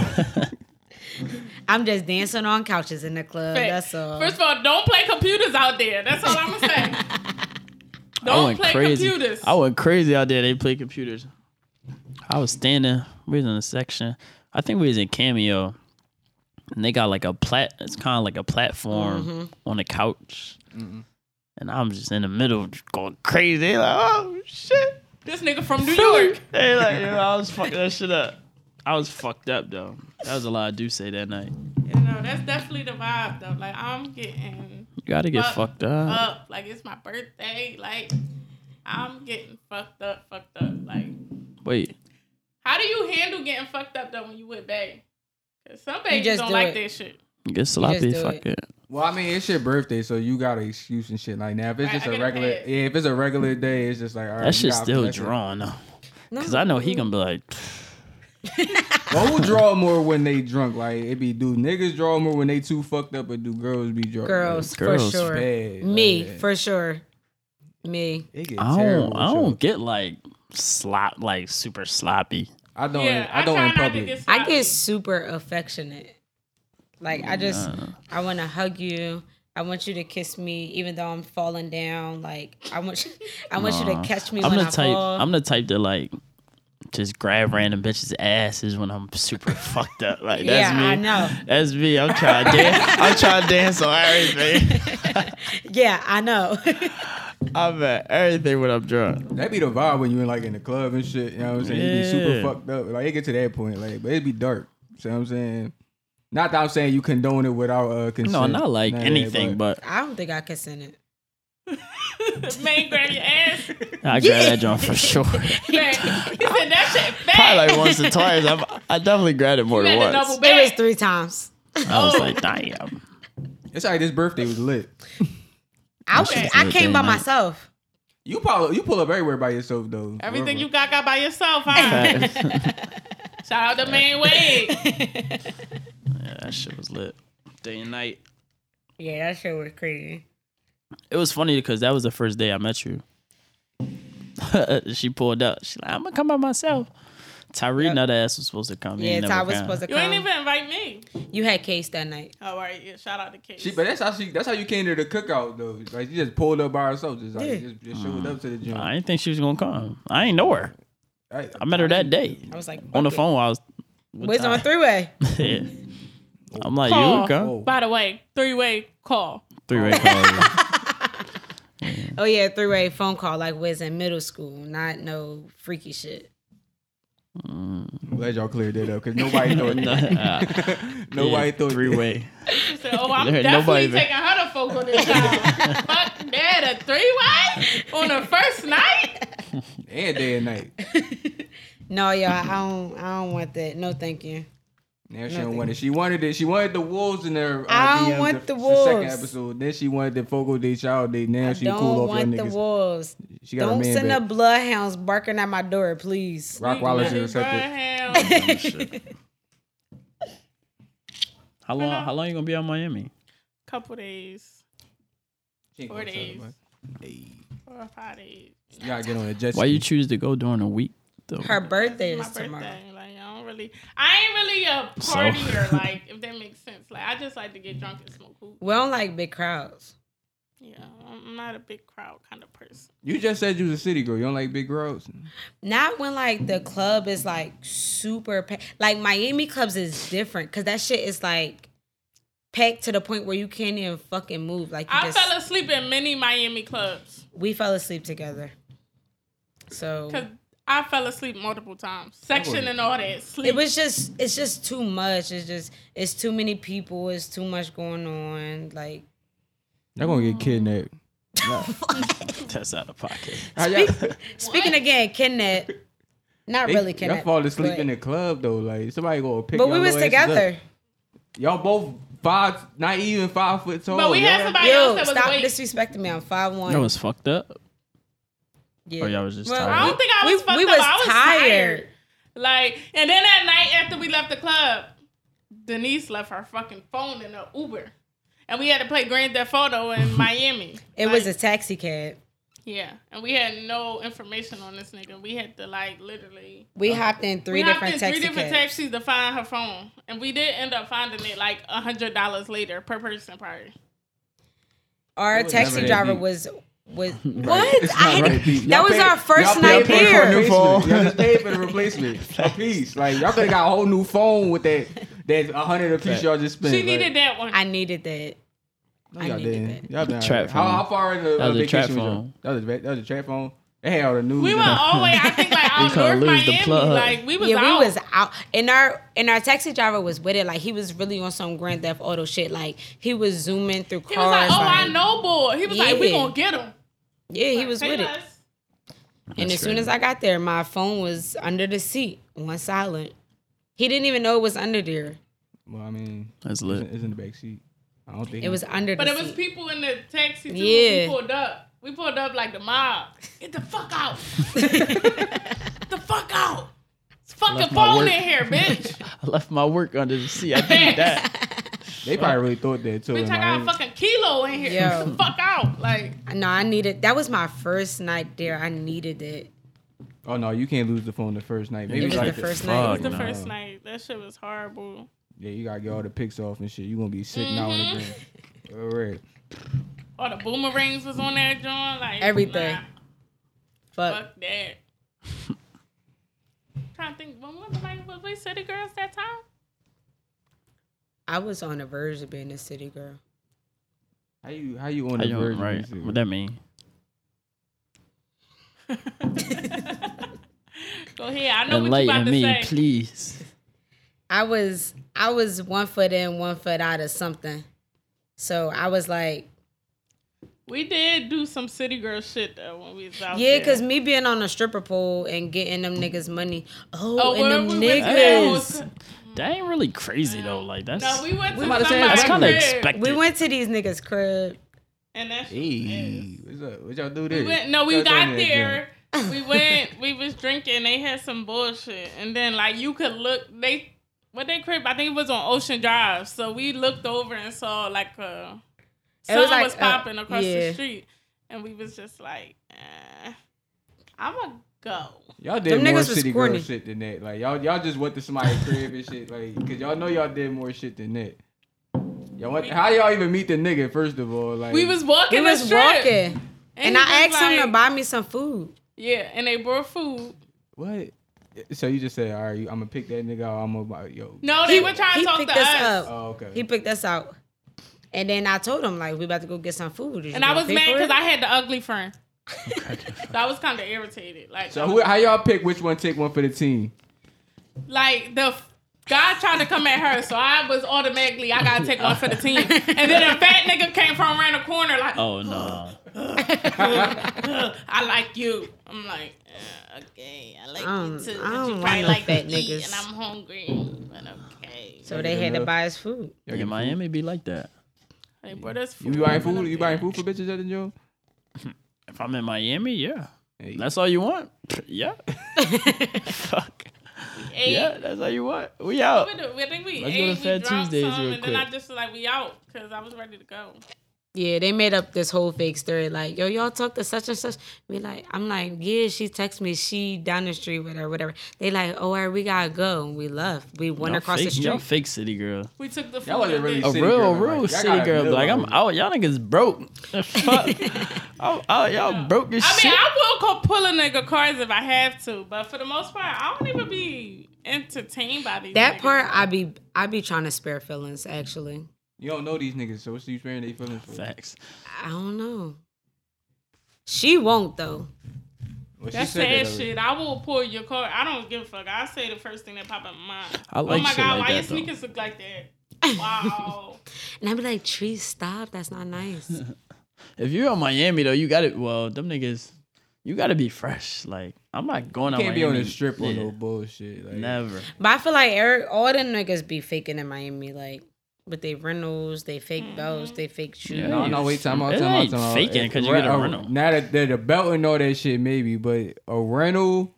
S3: I'm just dancing on couches in the club. That's all.
S4: First of all, don't play computers out there. That's all I'm gonna say.
S5: I
S4: Don't
S5: went
S4: play
S5: crazy.
S4: computers.
S5: I went crazy out there. They play computers. I was standing. We was in a section. I think we was in Cameo. And they got like a plat. It's kind of like a platform
S4: Mm-hmm.
S5: on a couch. And I'm just in the middle, just going crazy. They Like, oh shit,
S4: this nigga from New York.
S5: York. They like, you know, I was fucking that shit up. I was fucked up though. That was a lot of do say that night.
S4: You know, that's definitely the vibe though. Like I'm getting
S5: gotta get
S4: fuck
S5: fucked up.
S4: up. Like it's my birthday. Like I'm getting fucked up, fucked up. Like
S5: Wait,
S4: how do you handle getting fucked up though when you with bae? Cause some babies
S3: just
S4: don't
S3: do
S4: like
S3: it.
S4: that shit.
S5: get sloppy.
S3: do
S5: Fuck it.
S3: it.
S2: Well, I mean, it's your birthday, so you got an excuse and shit. Like now, if it's
S4: Right,
S2: just
S4: I
S2: a
S4: get
S2: regular,
S4: it.
S2: yeah, if it's a regular day, it's just like all right.
S5: That
S2: you
S5: shit's
S2: got-
S5: still
S2: that's it.
S5: drawn though,
S3: No.
S5: cause I know he gonna be like,
S2: Well, who draw more when they drunk? Like it be do niggas draw more when they too fucked up, or do girls be drunk?
S3: girls,
S5: Girls,
S3: for sure.
S2: bad,
S3: Me
S2: bad.
S3: for sure. Me.
S2: Like, it get
S5: I
S2: terrible.
S5: don't, I
S2: so-
S5: don't get like slop, like super sloppy.
S2: I don't.
S4: yeah,
S2: Oh, I don't
S4: try
S2: in
S4: not to
S2: public.
S4: get
S3: I
S4: sloppy.
S3: get super affectionate. Like I just I want to hug you. I want you to kiss me, even though I'm falling down. Like I want, you, I want you to
S5: Nah.
S3: catch me
S5: I'm
S3: when
S5: the
S3: I
S5: type.
S3: fall.
S5: I'm the type that like just grab random bitches' asses when I'm super fucked up. Like that's
S3: yeah,
S5: me.
S3: I know.
S5: That's me. I'm trying to dance. I'm trying to dance on everything.
S3: Yeah, I know.
S5: I'm at everything when I'm drunk.
S2: That be the vibe when you in like in the club and shit. You know what I'm saying? You be
S5: Yeah.
S2: super fucked up. Like it get to that point. Like, but it be dark. See what I'm saying? Not that I'm saying you condone it without uh, consent.
S5: No, not like
S2: Nah,
S5: anything, but
S3: I don't think I can send it.
S4: man grab your ass.
S5: I grab that joint for sure. Probably
S4: Man, he said that shit fat.
S5: like once or twice. I've, I definitely grabbed it more
S4: You
S5: than
S4: had the
S5: once.
S4: double
S3: It was
S4: back.
S3: three times.
S5: I was like, damn.
S2: it's like this birthday was lit.
S3: I
S5: shit's
S3: was, I
S5: lit
S3: came
S5: day
S3: by
S5: night.
S3: myself.
S2: You pull you pull up everywhere by yourself though.
S4: Everything
S2: Wherever.
S4: you got got by yourself, huh?
S5: that
S4: Shout out to Man Wade.
S5: shit was lit. Day and night.
S3: Yeah, that shit was crazy.
S5: It was funny because that was the first day I met you. she pulled up. She like, I'm gonna come by myself. Tyree,
S3: Yep.
S5: another ass was supposed to come.
S3: Yeah, Ty was supposed to
S4: You ain't
S3: come.
S4: even invite me.
S3: you had case that night.
S4: Oh, all right. Yeah, shout out to Case.
S2: She, but that's how she. That's how you came to the cookout though. Like you just pulled up by herself, just like just, just showed up to the gym.
S5: Mm. I didn't think she was gonna come. I ain't know her.
S2: Hey,
S5: I met her that day
S3: I was like,
S5: on the
S3: fuck it.
S5: phone. While I was with
S3: Where's
S5: Ty.
S3: on three way?
S5: Yeah. I'm like, you
S4: Call.
S5: can come.
S2: Whoa.
S4: By the way, three way call.
S5: Three way call.
S3: Oh yeah, three way phone call like was in middle school, not no freaky shit.
S2: I'm glad y'all cleared that up because nobody thought nobody thought
S5: Three way.
S4: She said, "Oh, I'm
S5: There ain't
S4: definitely
S5: nobody there.
S4: taking her to folk on this time. Fuck that, a three way on the first night.
S2: And day and night.
S3: No, y'all, I don't, I don't want that. No, thank you.
S2: Now she don't want it. She wanted it. She wanted the wolves in her. Uh,
S3: I don't
S2: DMs
S3: want the
S2: second
S3: wolves.
S2: episode. Then she wanted the Fogo Day Child Day. Now
S3: I
S2: she
S3: don't
S2: cool off your
S3: want the
S2: niggas.
S3: wolves.
S2: She got
S3: Don't
S2: a man
S3: send
S2: back.
S3: up bloodhounds barking at my door, please.
S2: Rock Wallace is accepted.
S4: Abraham.
S2: Oh,
S5: How long? How long you gonna be out in Miami?
S4: Couple days,
S2: She ain't
S4: four
S2: gonna tell
S4: days,
S2: nobody.
S4: four or five days.
S2: You gotta get on a jet
S5: Why you
S2: ski.
S5: choose to go during a week though?
S3: Her birthday
S4: My
S3: is
S4: birthday.
S3: tomorrow.
S4: Like I don't really, I ain't really a
S5: So?
S4: partier. Like if that makes sense. Like I just like to get drunk and smoke hoop.
S3: We don't like big crowds.
S4: Yeah, I'm not a big crowd kind of person.
S2: You just said you was a city girl. You don't like big girls.
S3: Not when like the club is like super pa- like Miami clubs is different because that shit is like packed to the point where you can't even fucking move. Like you
S4: I
S3: just,
S4: fell asleep in many Miami clubs
S3: we fell asleep together. So
S4: because I fell asleep multiple times, section and all that. Sleep.
S3: it was just it's just too much. It's just it's too many people. It's too much going on. Like
S2: They're gonna get kidnapped.
S5: That's out of pocket.
S2: How y'all-
S3: speaking again, kidnap. Not
S2: they-
S3: really
S2: Y'all
S3: kidnap.
S2: fall asleep
S3: but,
S2: in the club though. Like somebody gonna pick.
S3: But we
S2: y'all
S3: was
S2: little asses up.
S3: together.
S2: Y'all both five, not even five foot tall.
S4: But we had
S2: y'all-
S4: somebody else
S3: Yo,
S4: that was
S3: stop
S4: awake.
S3: disrespecting me. I'm five one.
S5: That was fucked up.
S3: yeah.
S5: Oh, y'all was just
S4: I
S5: tired.
S4: don't think I was
S3: we-
S4: fucked
S3: we
S4: up.
S3: was
S4: I was tired.
S3: tired.
S4: Like, and then that night after we left the club, Denise left her fucking phone in her Uber, and we had to play Grand Theft Auto in Miami.
S3: It was a taxi cab.
S4: yeah, and we had no information on this nigga. We had to like literally.
S3: We hopped in three
S4: oh. we hopped
S3: different
S4: in
S3: taxi
S4: three different
S3: cabs.
S4: taxis to find her phone, and we did end up finding it like a hundred dollars later per person, probably.
S3: Our
S2: was
S3: taxi
S2: never that
S3: driver
S2: deep.
S3: was was what?
S2: It's
S3: I
S2: not
S3: had,
S2: right, Pete.
S3: that
S2: Y'all
S3: was
S2: paid-
S3: our
S2: y'all
S3: first
S2: paid
S3: night
S2: for a
S3: here.
S5: new phone.
S2: replacement. Y'all just paid for the replacement. A piece. Like y'all could have got a whole new phone with that that a hundred a piece y'all just spent.
S4: She
S2: like,
S4: needed that one.
S3: I needed that.
S2: no,
S3: I
S2: y'all
S3: needed
S2: didn't. Y'all been
S5: Trap
S2: alright. how,
S5: phone.
S2: how far in the
S5: That was
S2: uh,
S5: a trap
S2: vacation was y'all?
S5: phone.
S2: That was a, va- that was a trap phone. They had all the news.
S4: we
S2: and
S4: were
S2: all-
S4: always. I think like out
S5: kinda
S4: north
S5: lose the
S4: Miami.
S5: plug.
S4: Like we was
S3: yeah,
S4: out.
S3: we was out, and our and our taxi driver was with it. Like he was really on some Grand Theft Auto shit. Like he was zooming through cars.
S4: he was like, "Oh, I
S3: like-
S4: know, boy." He was like, "We
S3: Yeah.
S4: gonna get him."
S3: Yeah, he was
S4: Pay
S3: with it.
S4: us.
S3: And as
S5: That's
S3: soon as
S5: crazy.
S3: I got there, my phone was under the seat on silent. He didn't even know it was under there.
S2: Well, I mean,
S5: That's
S2: it's in,
S5: lit.
S2: it's in the back seat. I don't think
S3: It was under
S4: But
S3: the
S4: it was
S3: seat.
S4: people in the taxi too.
S3: Yeah.
S4: We pulled up. We pulled up like the mob. Get the fuck out. the fuck out. It's fucking
S5: Left my
S4: phone
S5: work.
S4: in here, bitch.
S5: I left my work under the seat. I did that.
S2: they probably really thought that too. in
S4: bitch, I got a
S2: Miami.
S4: fucking kilo in here.
S3: Yo.
S4: Get the fuck out. Like,
S3: No, I needed. That was my first night there. I needed it.
S2: Oh no, you can't lose the phone the first night. Maybe
S3: It was
S2: like
S3: the
S2: the-
S3: first
S4: it
S3: night.
S4: was
S5: Fuck
S4: the
S5: no.
S4: first night. That shit was horrible.
S2: Yeah, you gotta get all the pics off and shit. You gonna be sick now and again. All right.
S4: All the boomerangs was on that joint. Like,
S3: Everything.
S4: nah,
S3: But
S4: fuck that. trying to think, when was like, was we City Girls that time?
S3: I was on the verge of being a city girl.
S2: How you how you on
S5: I
S2: the
S5: know,
S2: verge? of
S5: right?
S2: being sick?
S5: What that mean?
S4: Go ahead. I know what you about
S5: Enlighten
S4: to
S5: me,
S4: say.
S5: please.
S3: I was I was one foot in, one foot out of something. So I was like,
S4: We did do some city girl shit though when we was out
S3: yeah,
S4: there.
S3: cause me being on a stripper pole and getting them niggas money. Oh,
S4: Oh, where
S3: and them
S4: we went to that was-
S3: niggas.
S5: That ain't really crazy though. Like that's
S4: No, we went to
S5: about to say,
S4: somebody's
S5: that's kind of
S4: crib,
S5: expected.
S3: We went to these niggas crib.
S4: And that's
S2: Hey, what's up? What y'all do there?
S4: we went, no, we
S2: Y'all
S4: got
S2: doing that
S4: there. We went. We was drinking. They had some bullshit, and then like you could look. They what they crib? I think it was on Ocean Drive. So we looked over and saw like uh,
S3: It
S4: something
S3: was
S4: was,
S3: like, uh,
S4: popping across
S3: yeah.
S4: the street, and we was just like, eh, I'm gonna go.
S2: Y'all y'all
S3: Them
S2: did
S3: niggas
S2: more
S3: was
S2: city girl
S3: corny.
S2: shit than that. Like y'all y'all just went to somebody's crib and shit. Like, cause y'all know y'all did more shit than that. Y'all went, how y'all even meet the nigga? First of all, like
S4: We was walking.
S3: We
S4: the
S3: was
S4: strip,
S3: walking. And
S4: he
S3: I
S4: was
S3: asked him
S4: like-
S3: to buy me some food.
S4: Yeah, and they brought food.
S2: what? So you just said, all right, I'm gonna pick that nigga. out, I'm gonna yo.
S4: No, they were trying to
S3: he
S4: talk
S3: picked
S4: to
S3: us
S4: us.
S3: up.
S2: Oh okay.
S3: He picked us out. And then I told him, like, we about to go get some food. Did you
S4: And I
S3: wanna
S4: was
S3: pay
S4: mad
S3: for
S4: because
S3: it?
S4: I had the ugly friend. so I was kind of irritated. Like,
S2: so who, how y'all pick which one take one for the team?
S4: like the f- guy tried to come at her, so I was automatically I gotta take one for the team. And then a fat nigga came from around the corner, like,
S5: Oh no.
S4: I like you. I'm like, uh, okay, I like
S3: Um,
S4: you too.
S3: I
S4: but
S3: don't
S4: you
S3: want
S4: probably
S3: no
S4: like
S3: fat
S4: to eat,
S3: niggas.
S4: and I'm hungry, but okay.
S3: So they had to buy us food.
S5: Yeah,
S2: Y'all get
S5: Miami be like that.
S4: Hey, bro, that's
S2: food?
S4: food.
S2: You buying
S4: but
S2: food?
S4: I'm
S2: You
S4: good.
S2: buying food for bitches other than Joe?
S5: If I'm in Miami, yeah.
S2: Hey.
S5: That's all you want? Yeah. Fuck.
S4: Hey,
S5: Yeah, that's all you want. We out.
S4: we do- I think we
S5: Let's go
S4: ate,
S5: to
S4: we
S5: Fat
S4: drank
S5: Tuesdays
S4: some,
S5: real
S4: and then I
S5: quick.
S4: just was like we out because I was ready to go.
S3: Yeah, they made up this whole fake story. Like, yo, y'all talk to such and such. Me like, I'm like, yeah, she text me. She down the street with her, whatever. They like, oh, all right, we gotta go. And we left. We went
S5: Y'all
S3: across
S5: fake,
S3: the street.
S5: Y'all fake city girl.
S4: We took the food.
S2: That wasn't
S4: and
S2: really
S4: then-
S5: A
S2: City
S5: real,
S2: girl,
S5: real
S2: like, y'all
S5: city
S2: gotta
S5: girl. be
S2: build
S5: Like I'm
S2: on it.
S5: out. Y'all niggas broke. The Fuck. I'm out. Y'all broke this
S4: I
S5: Oh, shit.
S4: mean, I will go pull a nigga cards if I have to, but for the most part, I don't even be entertained by these.
S3: That
S4: niggas.
S3: part, I be, I be trying to spare feelings. Actually,
S2: You don't know these niggas, so what's you sparing they feelings for?
S5: Facts.
S3: I don't know. She won't though.
S2: Well, she
S4: That's
S2: said
S4: sad
S2: that already.
S4: shit. I will pull your card. I don't give a fuck. I say the first thing that pop in my mind.
S5: I like
S4: oh my
S5: shit
S4: god,
S5: like
S4: why your
S5: that, though.
S4: sneakers look like that? Wow.
S3: And I be like, Tree, stop. That's not nice.
S5: If you're on Miami though, you got to Well, them niggas, you got to be fresh. Like I'm not going out.
S2: Can't be on
S5: Miami.
S2: a strip on
S5: Yeah,
S2: no bullshit. Like,
S5: Never.
S3: But I feel like Eric, all them niggas be faking in Miami, like with they rentals, they fake belts, they fake shoes.
S5: Yeah.
S2: No, no, wait, time out,
S5: It
S2: time out,
S5: ain't
S2: time out.
S5: faking
S2: If
S5: 'cause you get a
S2: re-
S5: rental.
S2: Now that they're the belt and all that shit, maybe, but a rental,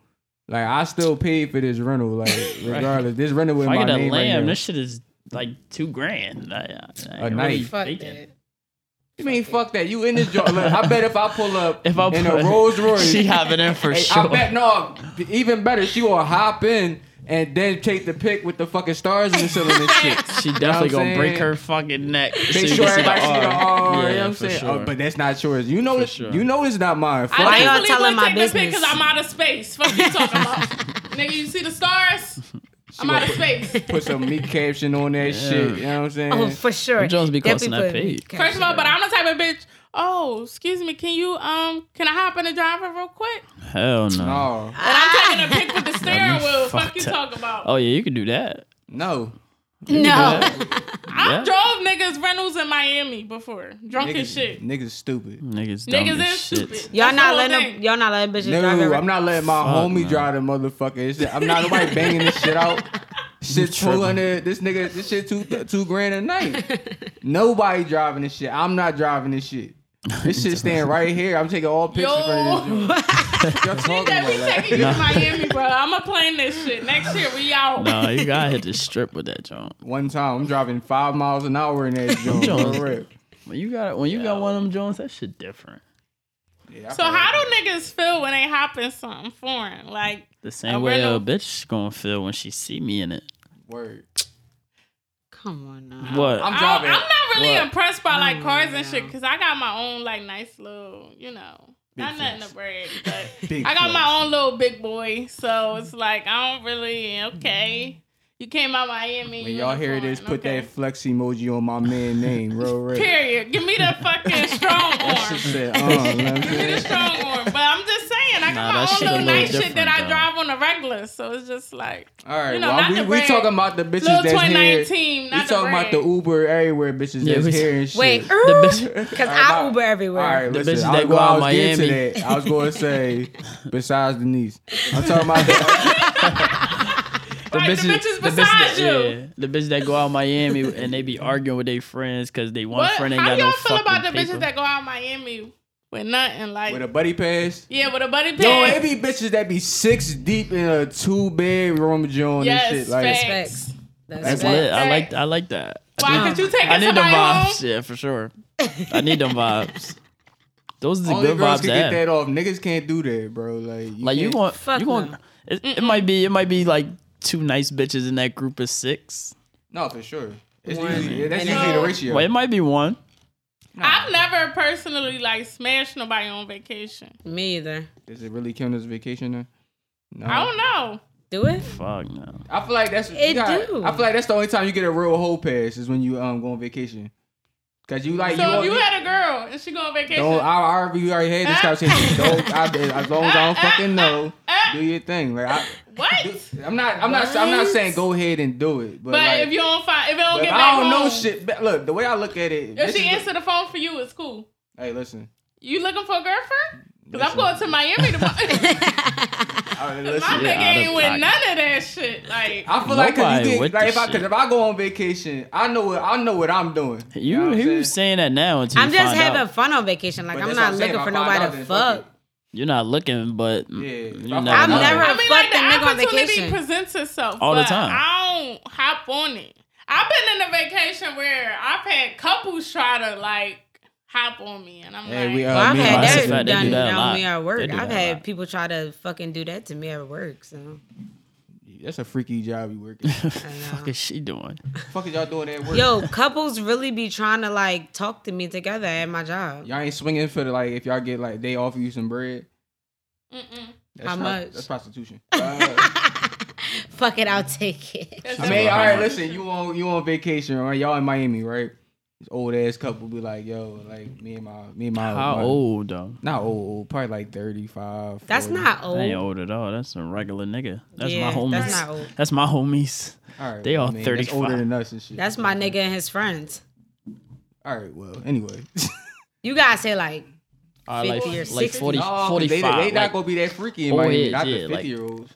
S2: like I still paid for this rental, like regardless. This rental with
S5: If I
S2: my
S5: get a
S2: name right
S5: lamb,
S2: now.
S5: this shit is like two grand. Like, I- I
S2: A
S5: ain't
S2: night.
S5: really
S3: Fuck
S5: faking.
S3: that.
S2: You mean fuck that? You in this joint? Look, I bet if I pull up
S5: If I
S2: in
S5: put-
S2: a Rolls Royce,
S5: she hopping in for
S2: hey,
S5: sure.
S2: I bet no. Even better, she will hop in and then take the pic with the fucking stars in the ceiling and shit.
S5: She definitely
S2: You know what I'm
S5: gonna break
S2: saying?
S5: her fucking neck.
S2: Make sure everybody see the
S5: Yeah,
S2: R. you know what I'm
S5: for
S2: saying?
S5: Sure.
S2: Oh, but that's not yours. You know,
S5: For
S2: it,
S5: sure.
S2: you know it's not mine. Fuck
S3: Why
S4: I
S2: it.
S3: y'all
S4: definitely
S3: telling
S4: wouldn't
S3: my
S4: take the pic
S3: business?
S4: Cause I'm out of space. Fuck you talking about, nigga. You see the stars? I'm
S2: gonna
S4: out of space.
S2: put some meat caption on that shit. You know what I'm saying?
S3: Oh, for sure.
S5: Them Jones be
S3: That
S5: costing
S3: people-
S5: that page.
S4: First of all, but I'm the type of bitch. Oh, oh, excuse me, can you um can I hop in the driver real quick?
S5: Hell no.
S2: No,
S4: And I'm taking a pic with the steering
S5: you
S4: wheel. Fuck
S5: fucked
S4: you
S5: up.
S4: talking about.
S5: Oh yeah, you can do that.
S2: no.
S3: No.
S5: Yeah.
S4: I drove niggas rentals in Miami before. Drunk as shit.
S2: niggas stupid.
S5: Niggas dumb as
S4: Niggas is
S5: shit.
S4: stupid.
S3: Y'all
S4: That's the
S3: not
S4: whole
S3: letting
S4: thing.
S3: y'all not letting bitches
S2: No,
S3: drive it.
S2: I'm not letting my
S5: Fuck
S2: homie
S5: no.
S2: drive the motherfucker. It's just- I'm not nobody banging this shit out. Shit, two hundred. This nigga, this shit two two grand a night. nobody driving this shit. I'm not driving this shit. This shit staying right here. I'm taking all pictures
S4: Yo.
S2: from this. Y'all talking
S4: That
S2: about
S4: we
S2: that?
S4: taking you to Miami, bro. I'ma plan this shit. Next year we out.
S5: Nah, you gotta hit the strip with that joint.
S2: One time, I'm driving five miles an hour in that joint.
S5: Jones.
S2: for real.
S5: When you got when you got one of them joints, that shit different.
S2: Yeah, I
S4: So
S2: probably-
S4: how do niggas feel when they hop in something foreign? Like
S5: The same
S4: A
S5: way a
S4: rental.
S5: bitch gonna feel when she see me in it.
S2: Word.
S3: Come on now.
S5: What?
S2: I'm
S4: I-
S2: driving. Mm,
S4: I'm not really
S5: What?
S4: impressed by like cars and shit
S3: yeah.
S4: because I got my own like nice little, you know,
S2: Big
S4: not nothing
S2: flex.
S4: to brag, but
S2: Big
S4: I got
S2: flex.
S4: my own little big boy. So it's like I don't really okay. You came out Miami.
S2: When
S4: you
S2: y'all
S4: in a
S2: hear
S4: foreign,
S2: this, put
S4: okay.
S2: that flex emoji on my man name, real real.
S4: period. Give me the fucking strong
S2: Shit
S4: arm.
S2: said, uh, you know what I'm
S4: Give me the
S2: saying?
S4: strong arm. But I'm just saying, I got
S5: Nah,
S4: my
S5: that
S4: own
S5: shit a
S4: little
S5: little
S4: nice shit that I
S5: different,
S4: drive on the regular. So it's just like
S2: All right,
S4: You know,
S2: well,
S4: not
S2: we,
S4: the
S2: we
S4: brag.
S2: talking about the bitches
S4: little
S2: that's here.
S4: 2019.
S2: We
S4: not
S2: talking about
S4: brag.
S2: the Uber everywhere bitches
S5: Yeah,
S2: that's
S5: we-
S2: here and shit.
S3: Wait,
S5: The bitch,
S3: because
S2: Alright,
S3: I Uber everywhere.
S2: All right,
S5: The
S2: listen,
S5: bitches
S2: I was
S5: that go
S2: gonna- I
S5: out
S2: was getting to
S5: Miami.
S2: that. I was going to say, besides Denise, I'm talking about the,
S5: the
S4: Like, the bitches beside you.
S5: yeah, the bitch that go out Miami and they be arguing with their friends because they one
S4: What?
S5: friend ain't
S4: How
S5: got
S4: do y'all
S5: no
S4: feel about the
S5: fucking paper.
S4: bitches that go out Miami with nothing? Like,
S2: with a buddy pass.
S4: yeah, with a buddy pig.
S2: Yo, it be bitches that be six deep in a two bedroom joint
S4: yes,
S2: and shit. Like,
S4: facts.
S3: Facts. That's,
S5: That's
S3: facts.
S5: lit. I like I like that. I
S4: Why
S5: think-
S4: could you take
S5: I need them
S4: somebody home?
S5: vibes, yeah, for sure. I need them vibes. Those are the
S2: only
S5: good
S2: girls
S5: vibes.
S2: can
S5: to
S2: get
S5: have.
S2: that off. Niggas can't do that, bro. Like, you
S5: Like you
S2: can't-
S5: going,
S3: Fuck
S5: you going.
S3: no.
S5: It, it might be, it might be like two nice bitches in that group of six.
S2: No, for sure. It's
S3: One.
S2: usually, that's
S3: And
S2: usually
S4: then-
S2: the ratio.
S5: Well, it might be one.
S4: I've never personally like smashed nobody on vacation.
S3: Me either.
S2: Does it really count as vacation? Then? No.
S4: I don't know.
S3: Do it?
S5: Fuck no.
S2: I feel like that's you
S3: It
S2: got-
S3: do.
S2: I feel like that's the only time you get a real whole pass is when you um go on vacation. Cause you like
S4: So if
S2: you,
S4: you had a girl and she go on vacation, Ah.
S2: don't I, I already, you already had this conversation. don't I, as long as I don't fucking know,
S4: ah.
S2: do your thing. Like I,
S4: what?
S2: I'm not I'm not I'm not saying go ahead and do it, but,
S4: But
S2: like,
S4: if you don't find, if it don't
S2: but
S4: get
S2: if
S4: back
S2: I don't
S4: home,
S2: know shit. but Look, the way I look at it.
S4: If
S2: this
S4: she
S2: is the-
S4: answer the phone for you, it's cool.
S2: hey, listen.
S4: You looking for a girlfriend? Because I'm
S2: Listen.
S4: going to Miami tomorrow.
S2: I,
S4: My
S5: Yeah,
S2: listen.
S4: nigga
S5: out of
S4: ain't with
S5: pocket.
S4: none of that shit. Like,
S2: I feel like cause
S5: Nobody
S2: you
S5: with
S2: get, like
S5: this
S2: if I cause
S5: shit.
S2: if I go on vacation, I know what I know what I'm doing.
S5: You,
S2: know what I'm
S5: you
S2: saying?
S5: saying that now until
S3: I'm
S5: you
S3: just
S5: find
S3: having
S5: out.
S3: fun on vacation. Like
S2: But
S3: I'm
S2: that's
S3: not
S2: what
S3: looking
S2: saying.
S3: for
S2: If I find out,
S3: nobody to
S2: then
S3: fuck.
S2: it.
S5: You're not looking, but
S2: Yeah,
S5: you
S2: if I
S5: never
S2: find
S5: know.
S2: out-
S3: I'm never
S4: I
S3: fucked
S4: mean, like the
S3: a nigga on
S4: opportunity
S3: vacation.
S4: presents itself
S5: All the
S4: but
S5: time.
S4: I don't hop on it. I've been in a vacation where I've had couples try to like hop on me, and I'm
S2: Hey,
S4: like,
S2: we, uh,
S3: Well, I've
S2: me and
S5: my
S3: had
S5: sister,
S3: that
S5: they do
S3: done
S5: that a
S3: on
S5: lot.
S3: me at
S5: They
S3: work.
S5: do
S3: I've
S5: that a
S3: had
S5: lot.
S3: people try to fucking do that to me at work. So
S2: That's a freaky job you working.
S5: fuck is she doing?
S2: fuck is y'all doing at work?
S3: yo, couples really be trying to like talk to me together at my job.
S2: Y'all ain't swinging for the like if y'all get like they offer you some bread.
S4: Mm-mm.
S2: That's
S3: How
S2: pro-
S3: much?
S2: That's prostitution. Uh,
S3: Fuck it, I'll take it.
S4: That's
S2: I
S4: just
S2: mean,
S4: what
S2: all
S4: I'm
S2: right.
S4: doing.
S2: Listen, you on you on vacation, right? Y'all in Miami, right? This old ass couple be like, yo, like me and my me and my
S5: How
S2: my-
S5: old though?
S2: Not old, old, probably like thirty five.
S3: That's not
S5: They ain't old
S3: old.
S5: at all. That's a regular nigga. That's
S3: Yeah,
S5: my homies.
S3: that's
S5: That's,
S3: not old.
S5: my homies.
S2: All right,
S5: They
S2: well,
S5: all
S2: man,
S5: 35.
S2: That's older than us and shit.
S3: That's my nigga and his friends.
S2: All right. Well, anyway.
S3: You gotta say like
S5: All right,
S3: Fifty or
S5: like, like 40,
S2: No, Oh, 'cause They,
S5: 45.
S2: they not
S5: like,
S2: gonna be that freaky in
S5: old
S2: Miami.
S5: heads,
S2: not the
S5: yeah,
S2: fifty
S5: like-
S2: year olds.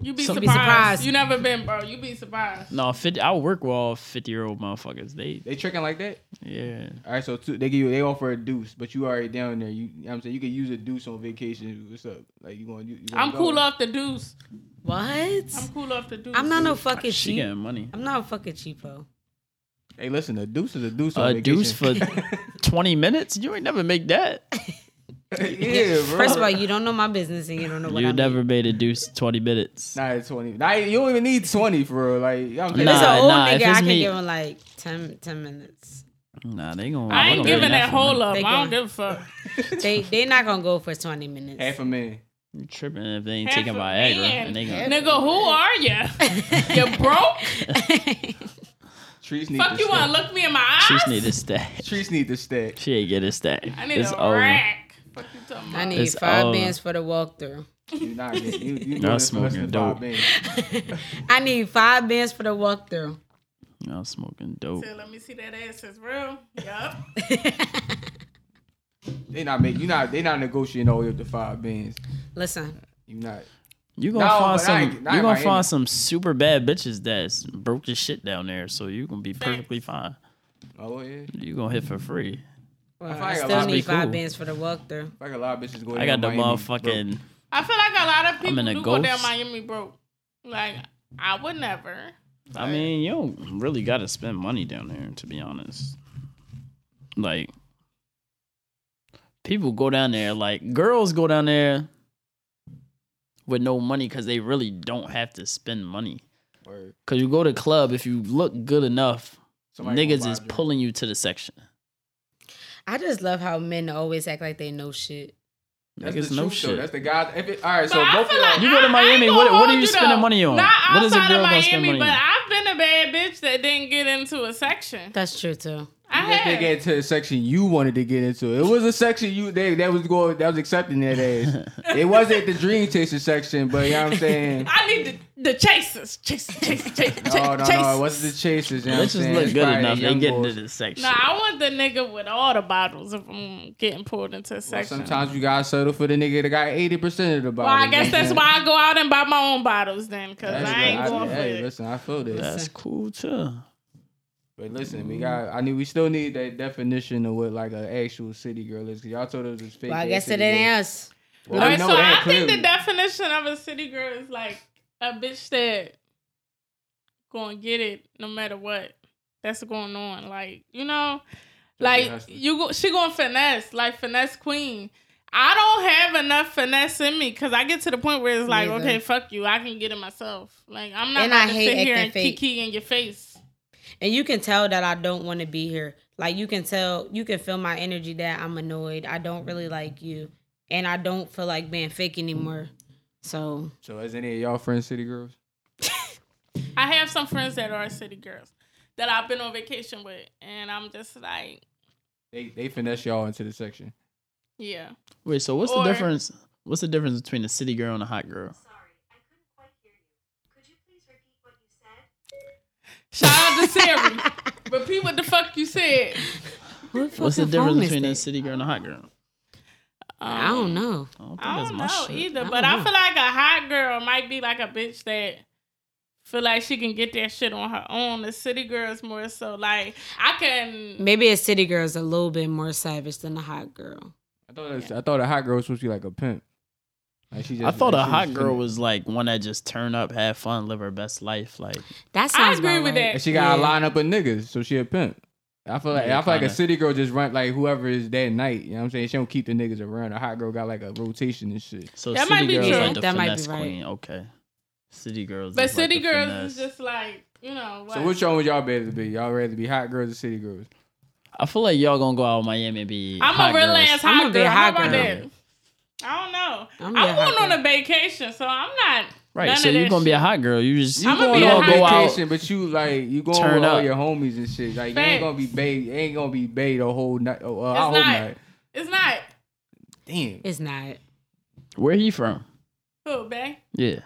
S4: you be
S5: Some-
S4: surprised.
S5: Be
S3: surprised.
S4: You never been, bro. You be surprised.
S5: no, 50, I work with all 50 year old motherfuckers. They,
S2: They tricking like that.
S5: yeah.
S2: All right, so two, they give you they offer a deuce, but you already down there. You, you know what I'm saying you could use a deuce on vacation. What's up? Like you going? You, you gonna
S4: I'm
S2: go?
S4: cool off the deuce.
S3: what?
S4: I'm cool off the deuce.
S3: I'm not no fucking
S5: She
S3: cheap.
S5: getting money.
S3: I'm not a fucking cheapo.
S2: Hey, listen, a deuce is a deuce on
S5: A
S2: vacation.
S5: deuce for 20 minutes? You ain't never make that.
S2: yeah, bro.
S3: First of all, you don't know my business and you don't know what
S5: you
S3: I
S5: never
S3: mean.
S5: made a deuce 20 minutes.
S2: Nah, it's twenty. Nah, you don't even need twenty for real. Like I'm
S3: If
S2: saying,
S3: it's
S5: Nah,
S3: an old
S5: nah, if
S3: nigga,
S5: it's
S3: I can
S5: me-
S3: give him like 10, 10 minutes.
S5: Nah, they gonna.
S4: I ain't giving that
S5: whole
S4: hole up. I
S3: They
S4: don't
S3: going-
S4: give a fuck.
S3: They they not gonna go for twenty minutes.
S2: half a man.
S5: You tripping if they ain't
S4: Half
S5: taking
S4: a
S5: Viagra
S4: man.
S5: and they gonna.
S4: Nigga, who are you? you broke?
S2: Trees need
S4: Fuck
S2: to
S4: you
S2: stack.
S4: wanna look me in my eyes?
S5: She's need a stack.
S2: Trees need to stack.
S5: She ain't get a stack.
S4: I need
S5: it's
S4: a
S5: over.
S4: rack. Fuck you talking
S3: I
S4: about?
S3: need
S5: It's
S3: five
S5: all-
S3: bands for the walkthrough.
S2: You're not getting, you, you
S5: Y'all
S2: doing this for less
S5: smoking
S2: than five
S5: dope.
S2: bands.
S3: I need five bands for the walkthrough.
S5: Y'all smoking dope.
S4: Till let me see that ass is real. Yup.
S2: They not make you not they not negotiating all the way up to five bands.
S3: Listen,
S2: You not.
S5: You gonna
S2: No,
S5: find
S2: but I
S5: some.
S2: ain't-
S5: You
S2: I ain't
S5: gonna
S2: Miami.
S5: find some super bad bitches that's broke your shit down there. So you gonna be perfectly fine.
S2: Oh yeah.
S5: You gonna hit for free.
S3: well,
S2: feel
S3: I,
S2: like a
S3: still
S2: lot of
S3: need
S5: people-
S3: five bands for the walkthrough.
S2: Like a lot of bitches go.
S5: I
S2: down
S5: got the
S2: Miami, broke.
S5: motherfucking.
S4: I feel like a lot of people
S5: in a
S4: do go down
S5: ghost.
S4: Miami broke. Like I would never.
S5: I mean, you don't really gotta spend money down there, to be honest. Like, people go down there. Like, girls go down there with no money because they really don't have to spend money.
S2: Word.
S5: Cause you go to club if you look good enough,
S2: Somebody gonna
S5: niggas
S2: buy
S5: is
S2: a drink.
S5: pulling you to the section.
S3: I just love how men always act like they know shit.
S2: That's
S5: niggas
S2: the
S5: no
S2: truth,
S5: shit.
S2: Though. That's the guys. If it, all right,
S4: But
S2: so
S4: I
S2: both of
S4: feel
S2: y'all.
S4: like
S5: You go to
S4: I- I
S5: Miami,
S4: ain't
S5: what-
S4: gonna
S5: what are
S4: hold
S5: you spending
S4: though.
S5: money on?
S4: Not
S5: What is a
S4: outside of
S5: girl gonna spend money
S4: Miami, but
S5: on?
S4: I've been a bad bitch that didn't get into a section.
S3: That's true too.
S4: I
S2: if they
S4: have.
S2: get into the section you wanted to get into. It was a section you they that was going that was accepting that ass. it wasn't the dream chaser section, but you know what I'm saying? Oh,
S4: I need the, the chasers. Chasers, chasers, chasers,
S2: No, no,
S4: chasers.
S2: no, it wasn't the chasers. You know what I'm
S5: Bitches
S2: saying?
S5: look
S2: It's
S5: good
S2: probably
S5: enough. They
S2: young
S5: get
S2: boys.
S5: into the section.
S4: Nah, I want the nigga with all the bottles if I'm getting pulled into a
S2: Well,
S4: section.
S2: Sometimes you gotta settle for the nigga that got eighty percent of the bottle.
S4: Well, I guess that's why I go out and buy my own bottles then, because
S2: That's
S4: I ain't
S2: good.
S4: going for
S2: hey,
S4: it.
S2: listen, I feel this.
S5: That's cool too.
S2: But listen, we got. I need. We still need that definition of what like an actual city girl is. Cause y'all told us it's fake.
S3: Well, I
S2: ass
S3: guess it
S2: city
S3: ain't
S2: girls.
S3: us.
S2: Well,
S4: All
S2: we
S4: right,
S2: know
S4: so
S2: that
S4: I think the
S2: clearly.
S4: definition of a city girl is like a bitch that gonna get it no matter what that's going on. Like you know,
S2: it
S4: like
S2: has to.
S4: you go, she gonna finesse like finesse queen. I don't have enough finesse in me because I get to the point where it's like,
S3: Neither.
S4: okay, fuck you, I can get it myself. Like I'm not
S3: And
S4: about
S3: I
S4: to
S3: hate
S4: sit here
S3: acting
S4: and
S3: fake.
S4: kiki in your face.
S3: And you can tell that I don't want to be here. Like you can tell, you can feel my energy that I'm annoyed. I don't really like you, and I don't feel like being fake anymore. So
S2: So is any of y'all friends city girls?
S4: I have some friends that are city girls that I've been on vacation with, and I'm just like,
S2: They they finesse y'all into the section.
S4: yeah.
S5: Wait, so what's
S4: Or-
S5: the difference? What's the difference between a city girl and a hot girl?
S4: Shout out to Siri. Repeat what the fuck you said.
S5: What's the difference between a city girl and a hot girl?
S3: I don't know.
S5: I don't think
S4: I
S5: that's
S4: don't
S5: my
S4: know
S5: shit.
S4: either,
S3: I
S4: but
S3: don't
S4: I
S3: know.
S4: feel like a hot girl might be like a bitch that feel like she can get that shit on her own. The city girl's more so like I can.
S3: Maybe a city girl is a little bit more savage than a hot girl.
S2: I thought it's- I thought a hot girl was supposed to be like a pimp. Like she just,
S5: I thought a
S2: like she
S5: hot
S2: just
S5: girl
S2: finna-
S5: was like one that just turn up, have fun, live her best life. Like
S3: That sounds
S4: agree
S3: about
S4: with
S3: right.
S2: And she got
S3: Yeah.
S2: a lineup of niggas, so she a pimp. I feel like
S5: Yeah,
S2: I feel like a
S5: kinda.
S2: city girl just run like whoever is that night. You know what I'm saying? She don't keep the niggas around. A hot girl got like a rotation and shit.
S5: so,
S4: That
S5: city
S4: might be
S5: girls
S4: true.
S5: like the
S3: That might be
S5: finesse
S3: right.
S5: queen. Okay, city girls.
S4: But
S5: is like
S4: city
S5: the
S4: girls
S5: finesse.
S4: is just like you know. What?
S2: So which one would y'all rather be? Y'all rather be hot girls or city girls?
S5: I feel like y'all gonna go out with Miami and be.
S4: I'm
S5: hot
S4: a real
S5: girls.
S4: ass
S3: I'ma
S4: hot
S3: be a
S4: girl. How
S3: hot
S4: about
S3: girl.
S4: that? I don't know.
S3: I'ma
S4: I'm,
S3: be a hot
S4: going on
S3: girl.
S4: a vacation, so I'm not.
S5: Right,
S4: none
S5: so
S4: of
S5: you're
S4: that
S5: gonna be a
S4: shit.
S5: hot girl. You just
S2: You
S4: I'ma
S2: going
S4: be
S5: you
S4: a
S2: on
S5: don't
S4: hot
S5: go out.
S2: vacation, but you like you going
S5: Turn
S2: with all
S5: up.
S2: your homies and shit. Like you ain't
S4: Facts.
S2: gonna be bae. You ain't gonna be bae the whole night. Oh, uh, I
S4: It's
S2: hope
S4: not.
S2: not.
S4: It's not.
S2: Damn.
S3: It's not.
S5: Where he from?
S4: Who, bae?
S5: Yeah.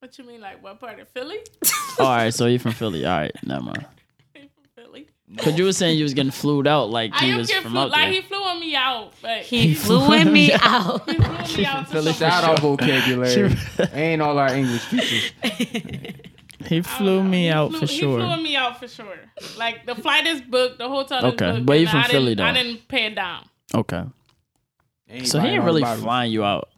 S4: What you mean, like what part of Philly?
S5: All right, so you from Philly? All right, never mind.
S4: Philly.
S5: Cause you were saying you was getting flued out like
S4: I
S5: he
S4: am
S5: was
S4: getting
S5: from
S4: flew,
S5: out
S4: like
S5: there.
S4: he flew on me out, but
S3: He flew in me out.
S4: he flew me out to
S5: Philly.
S4: somewhere.
S2: Shout out vocabulary
S5: She-
S2: and all our English teachers.
S5: He flew me
S4: He
S5: out
S4: flew-
S5: for
S4: He flew
S5: sure.
S4: me out for sure. Like the flight is booked, the hotel is
S5: Okay,
S4: booked.
S5: but you
S4: and
S5: from
S4: I
S5: Philly,
S4: didn't, I
S5: though.
S4: didn't pay it down.
S5: Okay.
S2: Ain't
S5: So he
S2: biting
S5: ain't
S2: on
S5: really
S2: the bottom.
S5: flying you out.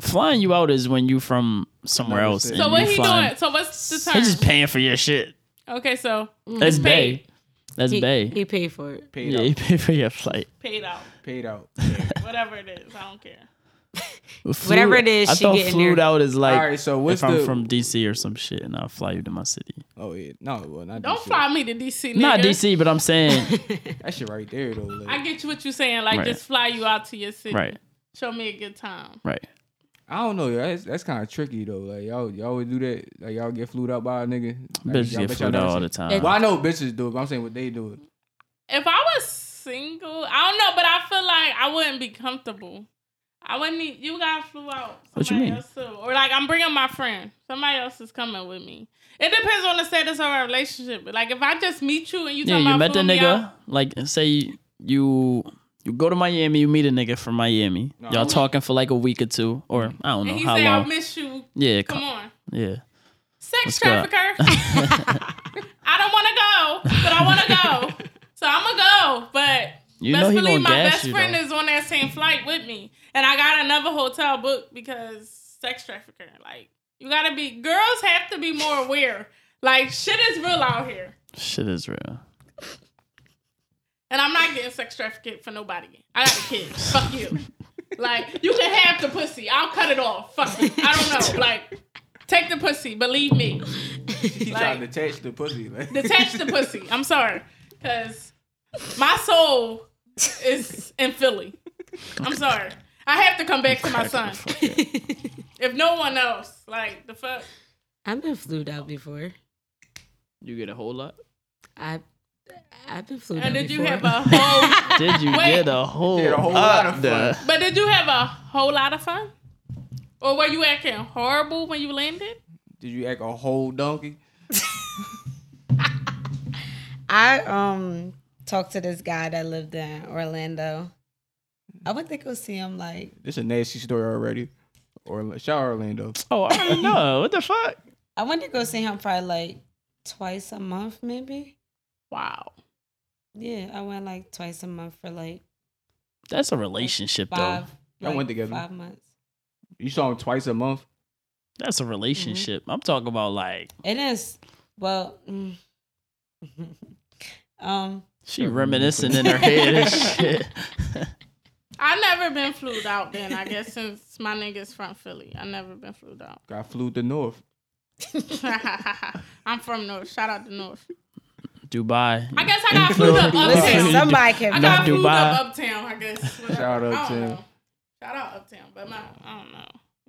S5: Flying you out is when you from somewhere
S2: Another
S5: else.
S2: city.
S5: And
S4: So what
S5: you
S4: he
S5: flying.
S4: doing? So what's the
S5: He
S4: term?
S5: just paying for your shit.
S4: okay, so
S5: That's
S4: paid.
S5: Bay. That's
S3: He,
S5: Bay.
S3: he paid for it.
S2: Paid
S5: yeah, he
S2: out.
S5: paid for your flight.
S4: paid out,
S2: Paid out.
S4: whatever it is. I don't care.
S5: Flew-
S3: Whatever it is,
S5: I
S3: she
S5: thought
S3: getting
S5: flew
S3: there.
S5: out is like
S2: All right. So what's
S5: if I'm
S2: the
S5: from DC or some shit and I'll fly you to my city.
S2: Oh yeah, no, well, not
S4: Don't
S2: DC.
S4: fly me to DC. Nigga.
S5: Not DC, but I'm saying
S2: That shit right there though. Like,
S4: I get you what you're saying. Like
S5: Right.
S4: just fly you out to your city.
S5: right,
S4: Show me a good time.
S5: right.
S2: I don't know. That's, that's kind of tricky though. Like y'all, y'all would do that. Like y'all get flued out by a nigga. Like,
S5: Bitches
S2: y'all-
S5: get
S2: bet y'all
S5: flued
S2: never
S5: out all
S2: seen-
S5: the time.
S3: It-
S2: Well, I know bitches do it, but I'm saying what they do it.
S4: If I was single, I don't know, but I feel like I wouldn't be comfortable. I wouldn't. Need, you got flew out. Somebody
S5: What you mean?
S4: Else too. Or like I'm bringing my friend. Somebody else is coming with me. It depends on the status of our relationship. But like if I just meet you and you
S5: Yeah,
S4: talking
S5: you
S4: about
S5: met the
S4: flew me
S5: nigga.
S4: out-
S5: Like, say you you go to Miami, you meet a nigga from Miami.
S2: No, I
S5: Y'all
S2: would-
S5: talking for like a week or two, or I don't
S4: and
S5: know
S4: he
S5: how
S4: say I
S5: long.
S4: miss you.
S5: yeah,
S4: Come
S5: co-
S4: on,
S5: yeah.
S4: sex
S5: What's good?
S4: trafficker. I don't want to go, but I want to go. So I'm gonna go, but
S5: You
S4: best
S5: know he
S4: believe
S5: gonna
S4: my
S5: gas
S4: best
S5: you
S4: friend
S5: though.
S4: is on that same flight with me, and I got another hotel booked because sex trafficker. Like you gotta be, girls have to be more aware. Like shit is real out here,
S5: Shit is real.
S4: and I'm not getting sex trafficked for nobody. I got a kid. Fuck you. Like you can have the pussy. I'll cut it off. Fuck it. I don't know. Like take the pussy. Believe me.
S2: He
S4: Like-
S2: trying to attach the pussy. Like.
S4: Detach the pussy. I'm sorry, because my soul is in Philly. I'm sorry. I have to come back to my son. If no one else, like the fuck,
S3: I've been flued out before.
S5: You get a whole lot.
S3: I I've been flued out
S4: and did you
S3: before.
S4: have a whole?
S5: Did you
S4: Wait.
S5: get a whole,
S2: Get a whole
S5: lot
S2: lot of
S5: of the,
S4: But did you have a whole lot of fun? Or were you acting horrible when you landed?
S2: Did you act a whole donkey?
S3: I um talked to this guy that lived in Orlando. I went to go see him like
S2: This a nasty story already. Or shout out Orlando.
S5: Oh, I don't know. What the fuck?
S3: I went to go see him probably like twice a month maybe.
S4: Wow.
S3: Yeah, I went like twice a month for like
S5: That's a relationship
S3: five.
S5: though.
S2: Oh, Y'all
S3: like,
S2: went together.
S3: Five months.
S2: You saw him twice a month.
S5: That's a relationship.
S4: Mm-hmm.
S5: I'm talking about like
S3: It is well. mm. um,
S5: she reminiscing in her head and shit.
S4: I never been flued out then, I guess since my nigga's from Philly. I never been flued out.
S2: Got flew to North.
S4: I'm from North. Shout out to North.
S5: Dubai.
S4: I guess I got flued up
S3: listen,
S4: uptown.
S3: somebody can.
S4: I got
S5: North
S4: moved
S5: Dubai.
S4: up uptown, I guess. Whatever.
S2: Shout out
S4: I don't
S2: Uptown.
S4: know. Shout out uptown, but my I don't know.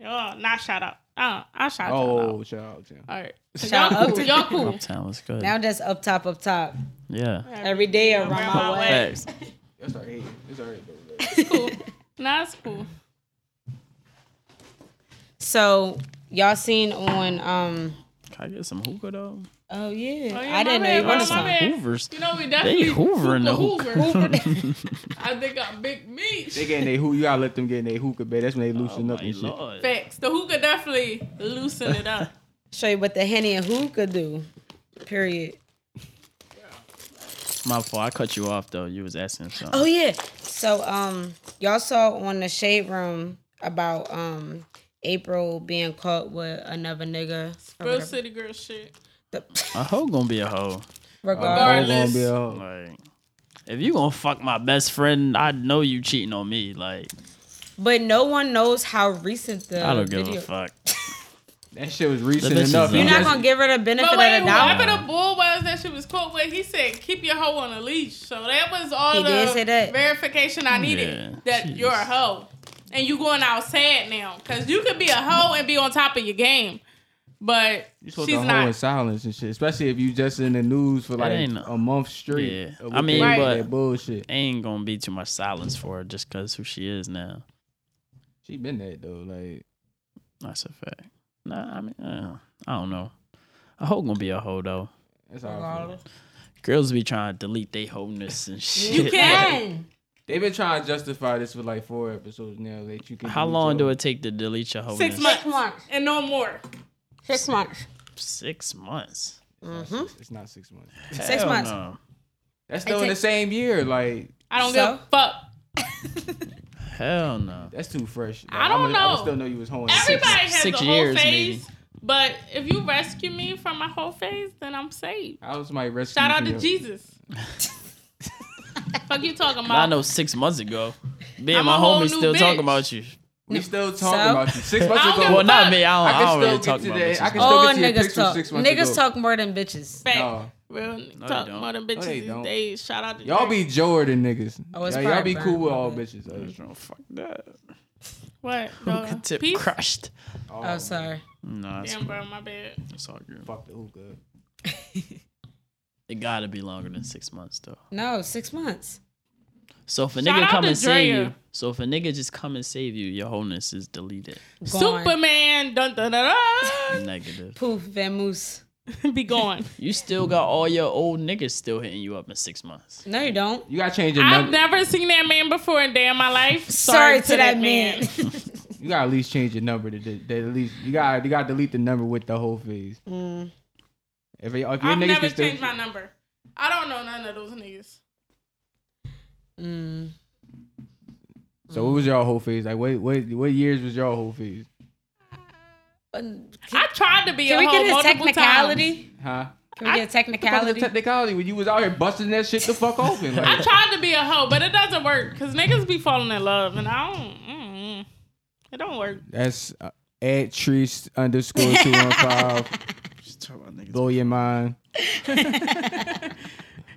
S4: Oh, not shout out. Uh, I shout y'all out.
S2: Oh, shout out to him.
S4: All right.
S3: Shout
S4: y'all cool.
S3: Uptown.
S4: Y'all cool.
S5: Uptown was good.
S3: Now just up top, up top.
S5: yeah.
S3: Every day around
S4: my
S3: my way.
S4: way.
S5: Facts.
S2: That's all right. It's all right. though.
S4: It's cool. Nah, it's cool.
S3: So y'all seen on um.
S5: Can I get some hookah though?
S3: Oh yeah,
S4: Oh, yeah,
S3: I
S4: my
S3: didn't know
S4: bad,
S3: you wanted
S4: bro, my
S3: some.
S4: bad.
S5: Hoovers.
S4: You know we
S5: They
S4: definitely
S5: hoovering the
S4: Hoover,
S5: hookah.
S4: Hoover. I think I'm big meat.
S2: They getting they hook. You gotta let them get in they hookah bed. That's when they
S5: Oh
S2: loosen
S5: my
S2: up and shit.
S5: lord.
S4: Facts. The hookah definitely loosen it up.
S3: Show you what the henny and hookah do. Period.
S5: My fault. I cut you off though. You was asking something.
S3: Oh yeah. So um, y'all saw on the shade room about um April being caught with another nigga. or
S4: Real
S3: whatever.
S4: city girl shit. Oh.
S5: A hoe gonna be a hoe.
S3: Regardless.
S2: All gonna be a hoe.
S5: Like, if you gonna fuck my best friend, I know you cheating on me. Like,
S3: But no one knows how recent the
S5: I don't give
S3: video.
S5: a fuck.
S2: That shit was recent
S5: The bitches
S2: enough.
S5: are-
S2: You
S3: You're
S5: You're
S3: not
S2: just-
S3: gonna give her the benefit
S4: But wait,
S3: of the doubt.
S4: whatever the bull was that she was caught with, he said, keep your hoe on a leash. So that was all
S3: He
S4: the
S3: did say that.
S4: verification I needed
S5: Yeah,
S4: that
S5: jeez.
S4: you're a hoe. And you going outside now. Because you could be a hoe and be on top of your game. But
S2: you supposed
S4: she's
S2: to hold in
S4: not.
S2: silence and shit, especially if you just in the news for like
S5: ain't-
S2: a month straight.
S5: Yeah.
S2: of
S5: I mean,
S2: that-
S5: but-
S2: that bullshit.
S5: Ain't gonna be too much silence for her just cause who she is now.
S2: She been that though. Like
S5: That's a fact. Nah, I mean, uh, I don't know. A hoe gonna be a hoe though.
S2: that's how I feel.
S5: Girls be trying to delete they wholeness and shit.
S4: You can.
S3: Man,
S2: They've been trying to justify this for like four episodes now. That you can.
S5: How
S2: delete
S5: long do
S2: your-
S5: it take to delete your wholeness?
S4: Six
S3: Six
S4: months.
S3: months.
S4: And no more.
S3: Six months.
S5: Six months.
S2: It's not
S4: Mm-hmm.
S2: six- It's not six months.
S3: Six
S5: Hell
S3: months.
S5: no.
S2: That's still
S3: It
S2: in the
S3: takes-
S2: same year. Like
S4: I don't
S3: So?
S4: give a fuck.
S5: Hell no.
S2: that's too fresh. Like,
S4: I don't
S2: I'ma- I'ma
S4: know.
S2: still know you was hoeing.
S4: Everybody has
S5: six
S4: a whole
S5: years,
S4: phase.
S5: maybe.
S4: But if you rescue me from my whole phase, then I'm saved.
S2: I was my rescue.
S4: Shout out
S2: for
S4: to
S2: you.
S4: Jesus. fuck you talking about?
S5: I know six months ago, me and
S4: I'm
S5: my
S4: a whole
S5: homies
S4: new
S5: still
S4: bitch.
S5: talking about you.
S2: We still talking
S3: So?
S2: about you. Six months
S4: I don't
S2: ago.
S4: give a
S5: Well, not
S4: fuck.
S5: me. I
S2: I
S5: don't, I
S2: can
S5: don't really
S2: still
S5: talk
S2: get
S5: about
S2: to
S5: bitches.
S2: that. I can-
S3: Oh,
S2: get to your
S3: niggas
S2: picture
S3: talk.
S2: six months
S3: Niggas
S2: ago.
S3: talk more than bitches.
S4: Fact.
S2: No.
S4: Real
S5: they
S4: talk
S5: don't.
S4: more than bitches
S2: they
S4: these
S2: don't.
S4: days. Shout out to
S2: Y'all
S4: Drake.
S2: be Jordan niggas.
S3: Oh, it's
S2: y'all, y'all be
S3: probably
S2: cool with
S3: Brian.
S2: all bitches. though.
S5: Oh, fuck that.
S4: What? No.
S5: Tip
S4: Peace?
S5: crushed.
S2: Oh,
S3: Oh, sorry.
S5: No, it's,
S4: Damn, bro, my bad.
S5: it's all good.
S2: Fuck the hookah.
S5: It gotta be longer than six months though.
S3: No, six months.
S5: So if a
S4: Shout
S5: nigga
S4: out
S5: come
S4: to
S5: and save
S4: Drea.
S5: you, so if a nigga just come and save you, your wholeness is deleted.
S3: Gone.
S4: Superman, dun dun dun dun.
S5: Negative.
S3: Poof, Van Moose.
S4: Be gone.
S5: You still got all your old niggas still hitting you up in six months.
S3: No, you don't.
S2: You gotta change your
S4: I've
S2: number.
S4: never seen that man before in a day in my life.
S3: Sorry, to that, man.
S2: You gotta at least change your number to, to, to at least you gotta you gotta delete the number with the whole phase. If, you- if your
S4: Mm. I've
S2: niggas
S4: never
S2: can still-
S4: changed my number. I don't know none of those niggas.
S3: Mm,
S2: so what was your whole phase? Like what what what years was your whole phase?
S3: uh,
S4: I tried to be
S3: Can
S4: a
S3: we
S4: hoe
S3: get his
S4: multiple
S3: technicality?
S4: times.
S2: Huh?
S3: Can we get a
S2: Because of
S3: technicality?
S2: technicality when you was out here busting that shit the fuck open.
S4: I
S2: Like,
S4: tried to be a hoe, but it doesn't work because niggas be falling in love, and I don't. Mm, it don't work.
S2: that's uh, at trees underscore two one five.
S5: Just talk about niggas.
S2: Blow your mind.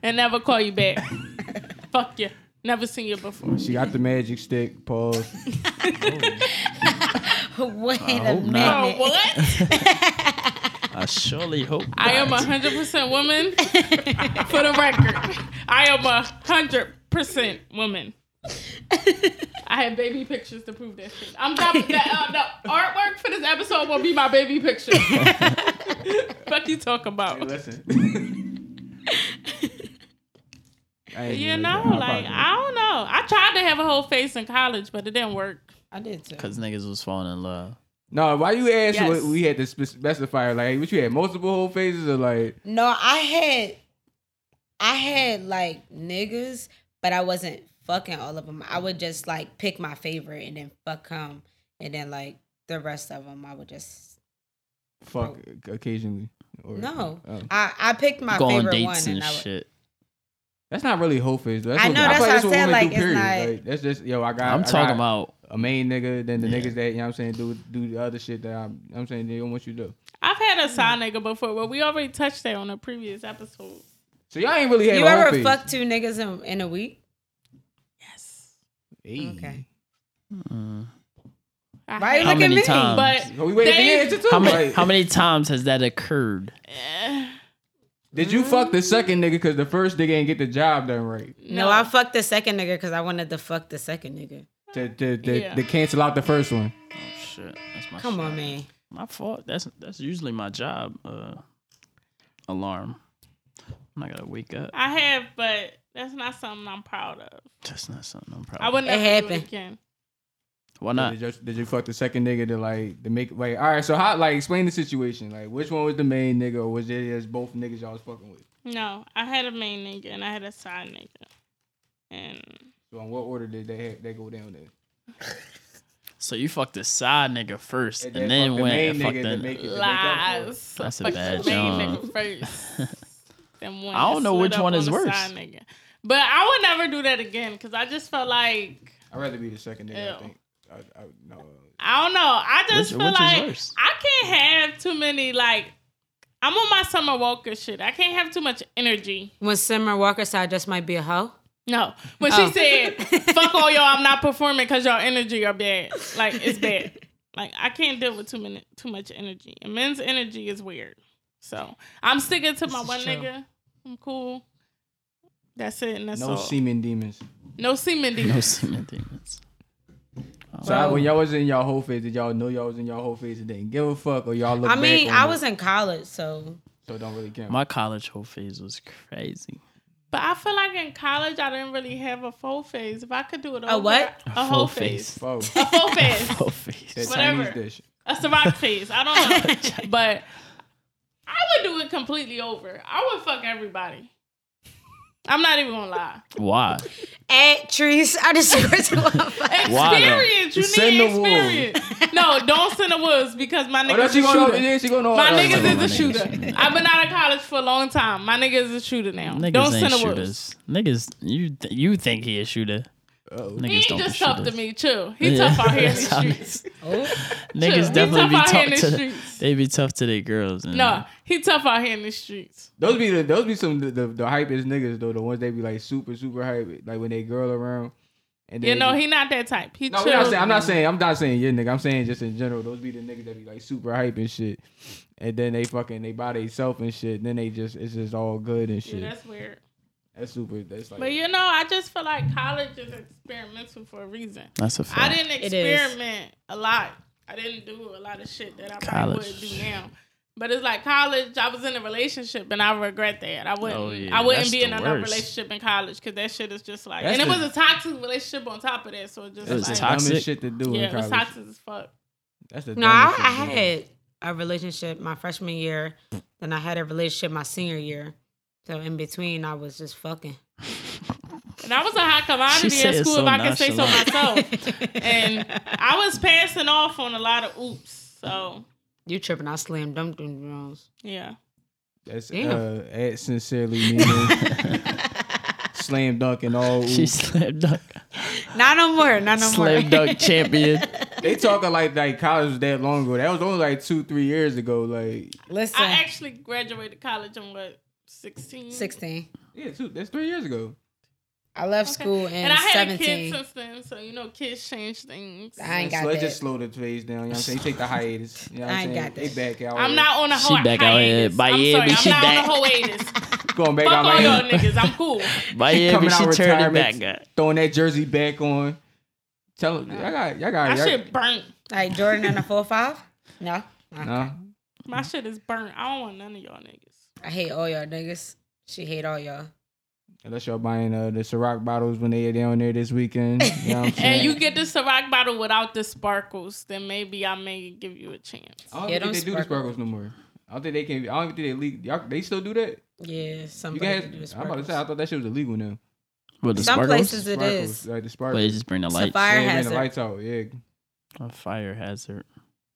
S4: And never call you back. Fuck you. Never seen you before.
S2: She got the magic stick. Pause.
S3: Wait a
S5: hope
S3: minute.
S5: not.
S4: Oh, what?
S5: I surely hope.
S4: I am
S5: not.
S4: 100% woman. For the record, I am 100% woman. I have baby pictures to prove that shit. I'm not, the, uh, the artwork for this episode will be my baby picture. Fuck you talk about.
S2: listen.
S4: You know, like I don't know. I tried to have a whole face in college, but it didn't work.
S3: I did too.
S5: Cause niggas was falling in love.
S2: no. Why you ask?
S4: Yes.
S2: What we had to spe- specify. Like, what you had multiple whole phases or like?
S3: No, I had, I had like niggas, but I wasn't fucking all of them. I would just like pick my favorite and then fuck him, and then like the rest of them, I would just
S2: Fuck occasionally. Or,
S3: Oh. no.
S2: Oh.
S3: I I picked my
S5: Go on
S3: favorite
S5: dates
S3: one,
S5: and,
S3: and I would.
S5: shit.
S2: That's not really whole phase. That's
S3: I
S2: what-
S3: know, that's
S2: feel
S3: what I said,
S2: women
S3: like,
S2: do,
S3: it's
S2: period.
S3: not-
S2: Like, that's just yo. I got.
S5: I'm
S2: I
S5: talking
S2: got
S5: about
S2: a main nigga. Then the
S5: Yeah.
S2: niggas that you know what I'm saying do do the other shit that I'm, I'm saying they don't want you to do.
S4: I've had
S2: Mm.
S4: a side nigga before, but we already touched that on a previous episode.
S2: So y'all ain't really had
S3: you
S2: a whole
S3: ever
S2: phase.
S3: fucked two niggas in, in a week?
S4: Yes.
S2: Hey.
S3: Okay.
S4: I
S3: Why you
S4: have,
S5: how
S3: look at
S5: many
S3: me?
S5: times.
S4: but
S2: So um, we waited for
S4: They-
S2: years to too.
S5: how many
S2: Like,
S5: how many times has that occurred?
S4: eh,
S2: did you fuck the second nigga because the first nigga ain't get the job done right
S3: No, I fucked the second nigga because I wanted to fuck the second nigga.
S2: to to, to,
S4: Yeah.
S2: to cancel out the first one?
S5: Oh shit, that's my
S3: Come
S5: shit.
S3: on, man.
S5: My fault. That's that's usually my job. Uh, alarm. I'm not gonna wake up.
S4: I have, but that's not something I'm proud of.
S5: That's not something I'm proud.
S4: I
S5: of.
S4: would never do
S3: happened.
S4: it again.
S5: Why not?
S2: Did you, did you fuck the second nigga to like to make like all right? So how like explain the situation? Like which one was the main nigga or was it just both niggas y'all was fucking with?
S4: No, I had a main nigga and I had a side nigga. And
S2: So in what order did they have, they go down there?
S5: So you fucked the side nigga first, and,
S2: then
S5: then
S2: fuck the
S5: went
S2: main
S5: and
S2: nigga
S5: fucked
S2: to make
S5: the.
S2: it- to make up for it.
S4: lies.
S5: That's a
S4: Fuck the
S5: bad
S4: main
S5: job.
S4: nigga first. Then one
S5: I don't know
S4: slid
S5: which
S4: up
S5: one
S4: on
S5: is
S4: the
S5: worse.
S4: side nigga. But I would never do that again because I just felt like
S2: I'd rather be the second nigga. I
S4: Ew.
S2: think. I, I, no.
S4: I don't know. I just
S5: Which-
S4: feel
S5: which is
S4: like
S5: worse?
S4: I can't have too many like I'm on my summer walker shit. I can't have too much energy.
S3: When Summer Walker said I just might be a hoe.
S4: No. When
S3: Oh.
S4: she said, fuck all y'all, I'm not performing because y'all energy are bad. Like it's bad. Like I can't deal with too many too much energy. And men's energy is weird. So I'm sticking to my
S5: is
S4: one
S5: true.
S4: nigga. I'm cool. That's it and that's
S2: No
S4: all.
S2: semen demons.
S4: no semen
S5: No
S4: demons.
S5: semen demons.
S2: So I- when y'all was in y'all whole phase, did y'all know y'all was in y'all whole phase and didn't give a fuck or y'all look
S3: I mean,
S2: back on
S3: I
S2: it,
S3: was in college, so
S2: so it don't really count.
S5: My college whole phase was crazy.
S4: But I feel like in college I didn't really have a full phase. If I could do it over,
S3: what?
S4: A whole phase.
S2: Whoa.
S4: A full phase.
S5: Whole phase.
S2: That
S4: Whatever.
S2: Chinese dish.
S4: A Ciroc phase. I don't know. but I would do it completely over. I would fuck everybody. I'm not even gonna lie.
S5: Why?
S3: at trees. I just
S5: Why though?
S4: Experience. You
S2: Send the
S4: need
S2: wolves.
S4: experience. No, don't send the woods because my
S2: Oh,
S4: niggas
S2: that's she
S4: is a
S2: going
S4: shooter.
S2: over. Yeah, she Oh, going over.
S4: My
S5: no, no,
S4: niggas
S5: my
S4: is
S5: niggas
S4: a shooter.
S5: shooting.
S4: I've been out of college for a long time. My niggas is a shooter now.
S5: Niggas
S4: don't
S5: ain't
S4: send the woods.
S5: shooters. Niggas, you th- you think he a shooter? Niggas
S2: Uh-oh.
S4: He
S5: don't
S4: ain't
S5: be
S4: just tough to
S5: shooters.
S4: me. Chill. He
S5: Yeah,
S4: tough out here in the
S5: that's how
S4: streets. Oh. Chill.
S5: Niggas
S4: He
S5: definitely be
S4: tough out here in
S5: tough
S4: the
S5: to.
S4: streets.
S5: They be tough to their girls. and-
S4: No, he tough out here in the streets.
S2: Those be the, those be some the, the the hypest niggas though. The ones they be like super super hype. Like when they girl around And
S4: You know, he not that type. He
S2: No,
S4: chill.
S2: we're not saying, I'm not saying. I'm not saying your nigga. I'm saying just in general. Those be the niggas that be like super hype and shit, and then they fucking they buy themselves and shit. And then they just it's just all good and shit.
S4: Yeah,
S2: that's,
S4: that's weird.
S2: super. That's like
S4: But you know, I just feel like college is experimental for a reason.
S5: That's a
S4: I
S5: fact.
S4: didn't
S3: It is.
S4: experiment a lot. I didn't do a lot of shit that I probably
S5: College.
S4: would do now. But it's like college. I was in a relationship, and I regret that. I wouldn't.
S5: Oh, yeah,
S4: I wouldn't
S5: that's
S4: be
S5: the
S4: in another
S5: worst.
S4: relationship in college because that shit is just like.
S2: That's
S4: and it
S2: the-
S4: was a toxic relationship on top of that, so it just
S5: It was
S4: like,
S5: toxic.
S2: dumbest shit to do
S4: Yeah,
S2: in
S4: it was
S2: college.
S4: toxic as fuck.
S2: That's the
S3: No, I,
S2: dumbest
S3: I
S2: shit to do.
S3: had a relationship my freshman year, then I had a relationship my senior year. So in between, I was just fucking.
S4: And I was a hot commodity
S5: said
S4: at
S5: it
S4: school,
S5: so
S4: if I could say so
S5: nonchalant.
S4: myself. and I was passing off on a lot of oops. So
S3: You tripping? I slammed them them drums.
S4: yeah,
S2: That's
S3: Damn.
S2: uh, at sincerely meaning slam dunk and all.
S5: She
S2: Ooh.
S5: slam dunk,
S3: Not no more. Not no
S5: slam
S3: more.
S5: dunk champion.
S2: They talking like like college was that long ago. That was only like two three years ago. Like
S3: Listen,
S4: I actually graduated college on what sixteen.
S3: sixteen.
S2: yeah, two, that's three years ago.
S3: I left school in
S4: and I had
S3: seventeen.
S4: a kid since then, so you know, kids change things.
S3: I ain't
S2: So
S3: got
S2: let's
S3: that.
S2: just slow the phase down. You know what I'm saying? You take the hiatus. You know
S3: I
S2: what I'm
S3: ain't
S2: saying?
S3: got
S2: They
S3: that.
S2: back out.
S4: I'm not on a
S5: She
S4: hard
S5: back out here.
S4: hiatus. I'm
S5: Miami,
S4: sorry, I'm
S5: she
S4: not
S5: back.
S4: on a hiatus.
S2: going back
S4: Fuck
S2: out
S4: all
S2: my
S4: y'all niggas. I'm cool.
S5: Miami,
S2: coming
S5: she
S2: out
S5: turned it
S2: retirement,
S5: back up.
S2: throwing that jersey back on. Tell them, y'all got, y'all got,
S4: My
S2: y'all,
S4: shit burnt.
S3: like Jordan and a four five. No,
S2: no.
S4: My shit is burnt. I don't want none of y'all niggas.
S3: I hate all y'all niggas. She hate all y'all.
S2: Unless y'all buying uh, the Ciroc bottles when they are down there this weekend. You know what I'm saying?
S4: And you get the Ciroc bottle without the sparkles, then maybe I may give you a chance.
S2: I don't
S3: Yeah,
S2: think
S3: them
S2: they do the
S3: sparkles.
S2: sparkles no more. I don't think they can. I don't even think they leak. Y'all, they still do that.
S3: Yeah,
S2: You
S3: somebody
S2: guys,
S3: do the
S2: I'm about to say. I
S3: sparkles.
S2: thought that shit was illegal now.
S5: With the
S3: Some
S5: sparkles?
S3: places it
S2: Sparkles,
S3: is.
S2: Like the
S5: But they
S2: sparkles.
S5: just bring the
S3: It's a
S5: lights.
S3: fire
S2: Yeah, and the
S3: hazard.
S2: lights out. Yeah.
S5: A fire hazard.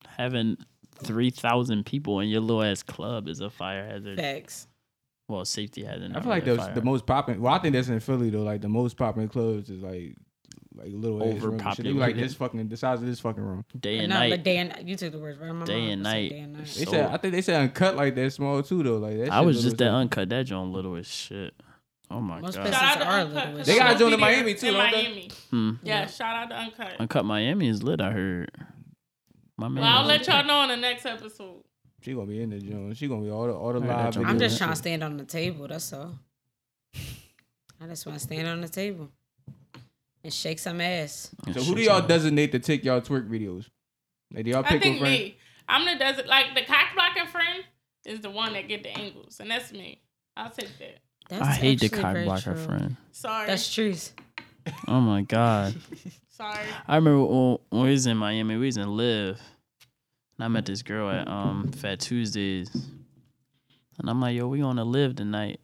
S5: Having three thousand people in your little ass club is a fire hazard.
S3: Facts.
S5: Well, safety hazard.
S2: I
S5: not
S2: feel like
S5: really
S2: those
S5: a fire
S2: the most popping. Well, I think that's in Philly though. Like the most popping clubs is like like little ass rooms and shit. They be like this
S5: Overpopulated.
S2: fucking the size of this fucking room.
S5: hazard. day and
S3: No, but
S5: night.
S3: day and you took the words right. out of my
S5: Day
S3: mouth.
S5: and
S3: I said
S5: night.
S3: Day and night.
S2: They said
S5: So-
S2: I think they said uncut like that small too though. Like that.
S5: I
S2: shit
S5: was
S2: little
S5: just that
S2: too.
S5: uncut. That joint little as shit. Oh my
S3: Most
S5: god.
S3: places-
S4: Shout out
S3: This is
S4: to
S3: our
S4: Uncut.
S3: little
S4: 'cause
S2: They got
S4: I'll
S2: joined
S4: be there
S2: in Miami, too,
S4: In
S2: don't they?
S4: Miami.
S5: Hmm.
S4: Yeah, shout out to Uncut.
S5: Uncut Miami is lit. I heard. My man.
S4: Well, I'll
S5: was-
S4: let y'all know in the next episode.
S2: She gonna be in the gym. She gonna be all the all the
S5: I heard
S2: live.
S5: that joint.
S2: videos.
S3: I'm just
S5: Yeah.
S3: trying to stand on the table. That's all. I just want to stand on the table and shake some ass.
S5: Yeah,
S2: So
S5: shit,
S2: who do y'all
S5: so-
S2: designate to take y'all twerk videos? Like do y'all
S4: I
S2: pick
S4: think
S2: a friend?
S4: me. I'm the does it like the cock blocking friend is the one that get the angles, and that's me. I'll take that.
S3: That's
S5: I hate the
S3: actually
S5: cock
S3: very
S5: blocker
S3: true.
S5: friend.
S4: Sorry,
S3: That's truth.
S5: Oh my god.
S4: sorry.
S5: I remember when when we was in Miami, we was in Live, and I met this girl at um Fat Tuesdays, and I'm like, "Yo, we on to Live tonight,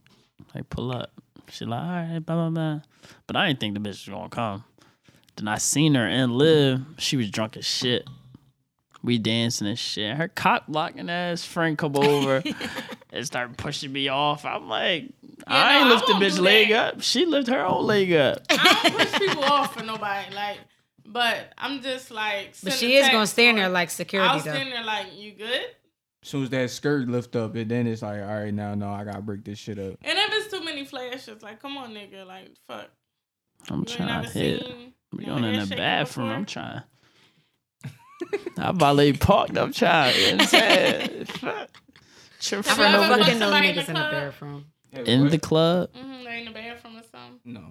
S5: like pull up." She like, "All right, blah blah blah," but I didn't think the bitch was gonna come. Then I seen her in Live, she was drunk as shit. We dancing and shit. Her cock blocking ass friend come over and start pushing me off. I'm like, I
S4: no,
S5: ain't
S4: I
S5: lift the
S4: won't
S5: bitch
S4: do
S5: leg
S4: that.
S5: up. She lift her own leg up.
S4: I don't push people off for nobody. Like, but I'm just like.
S3: But
S4: send
S3: she
S4: a
S3: is gonna
S4: text
S3: stand
S4: or-
S3: there like security
S4: I'll
S3: though.
S4: stand there like you good.
S2: As soon as that skirt lift up, and then it's like, all right, now no, I gotta break this shit up.
S4: And if it's too many flashes, like come on, nigga, like fuck.
S5: I'm
S4: You ain't
S5: trying
S4: never
S5: to hit.
S4: seen
S5: We
S4: no
S5: going in
S4: ass
S5: the
S4: shaking
S5: bathroom. I'm
S4: before?
S5: trying. I valet parked. I'm trying. You know what I'm saying? Fuck. It's your
S3: I
S4: Have you
S5: friend.
S4: ever
S3: don't
S4: fucked
S3: fucking know
S4: somebody
S3: niggas
S4: in the
S3: in the
S4: club?
S3: bathroom.
S5: in the club.
S4: Mhm, they in the bathroom or something.
S2: no,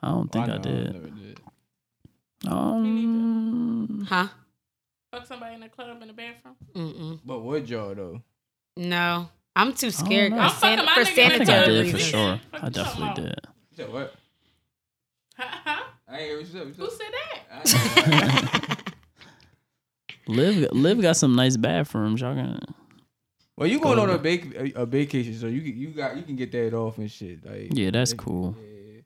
S5: I don't think I,
S2: know,
S5: did.
S2: never did.
S5: Um,
S3: Huh?
S4: Fuck somebody in the club in the bathroom.
S3: Mm-mm.
S2: But would y'all though?
S3: No, I'm too scared
S5: know.
S3: for,
S5: I'm
S3: san-
S4: fucking my
S3: for
S4: nigga in
S5: I
S4: the
S5: think I
S3: sanitary
S4: club.
S5: did for
S3: reasons.
S5: sure.
S4: Fuck
S5: I
S4: you talking
S5: definitely
S4: about?
S5: did.
S2: You said what? I ain't hear what you said.
S4: Who said that?
S2: What you said?
S5: Liv, Liv got some nice bathrooms. Y'all gonna
S2: well, you going on a bake a, a vacation, so you you got you can get that off and shit. Like,
S5: yeah, that's cool.
S2: Yeah.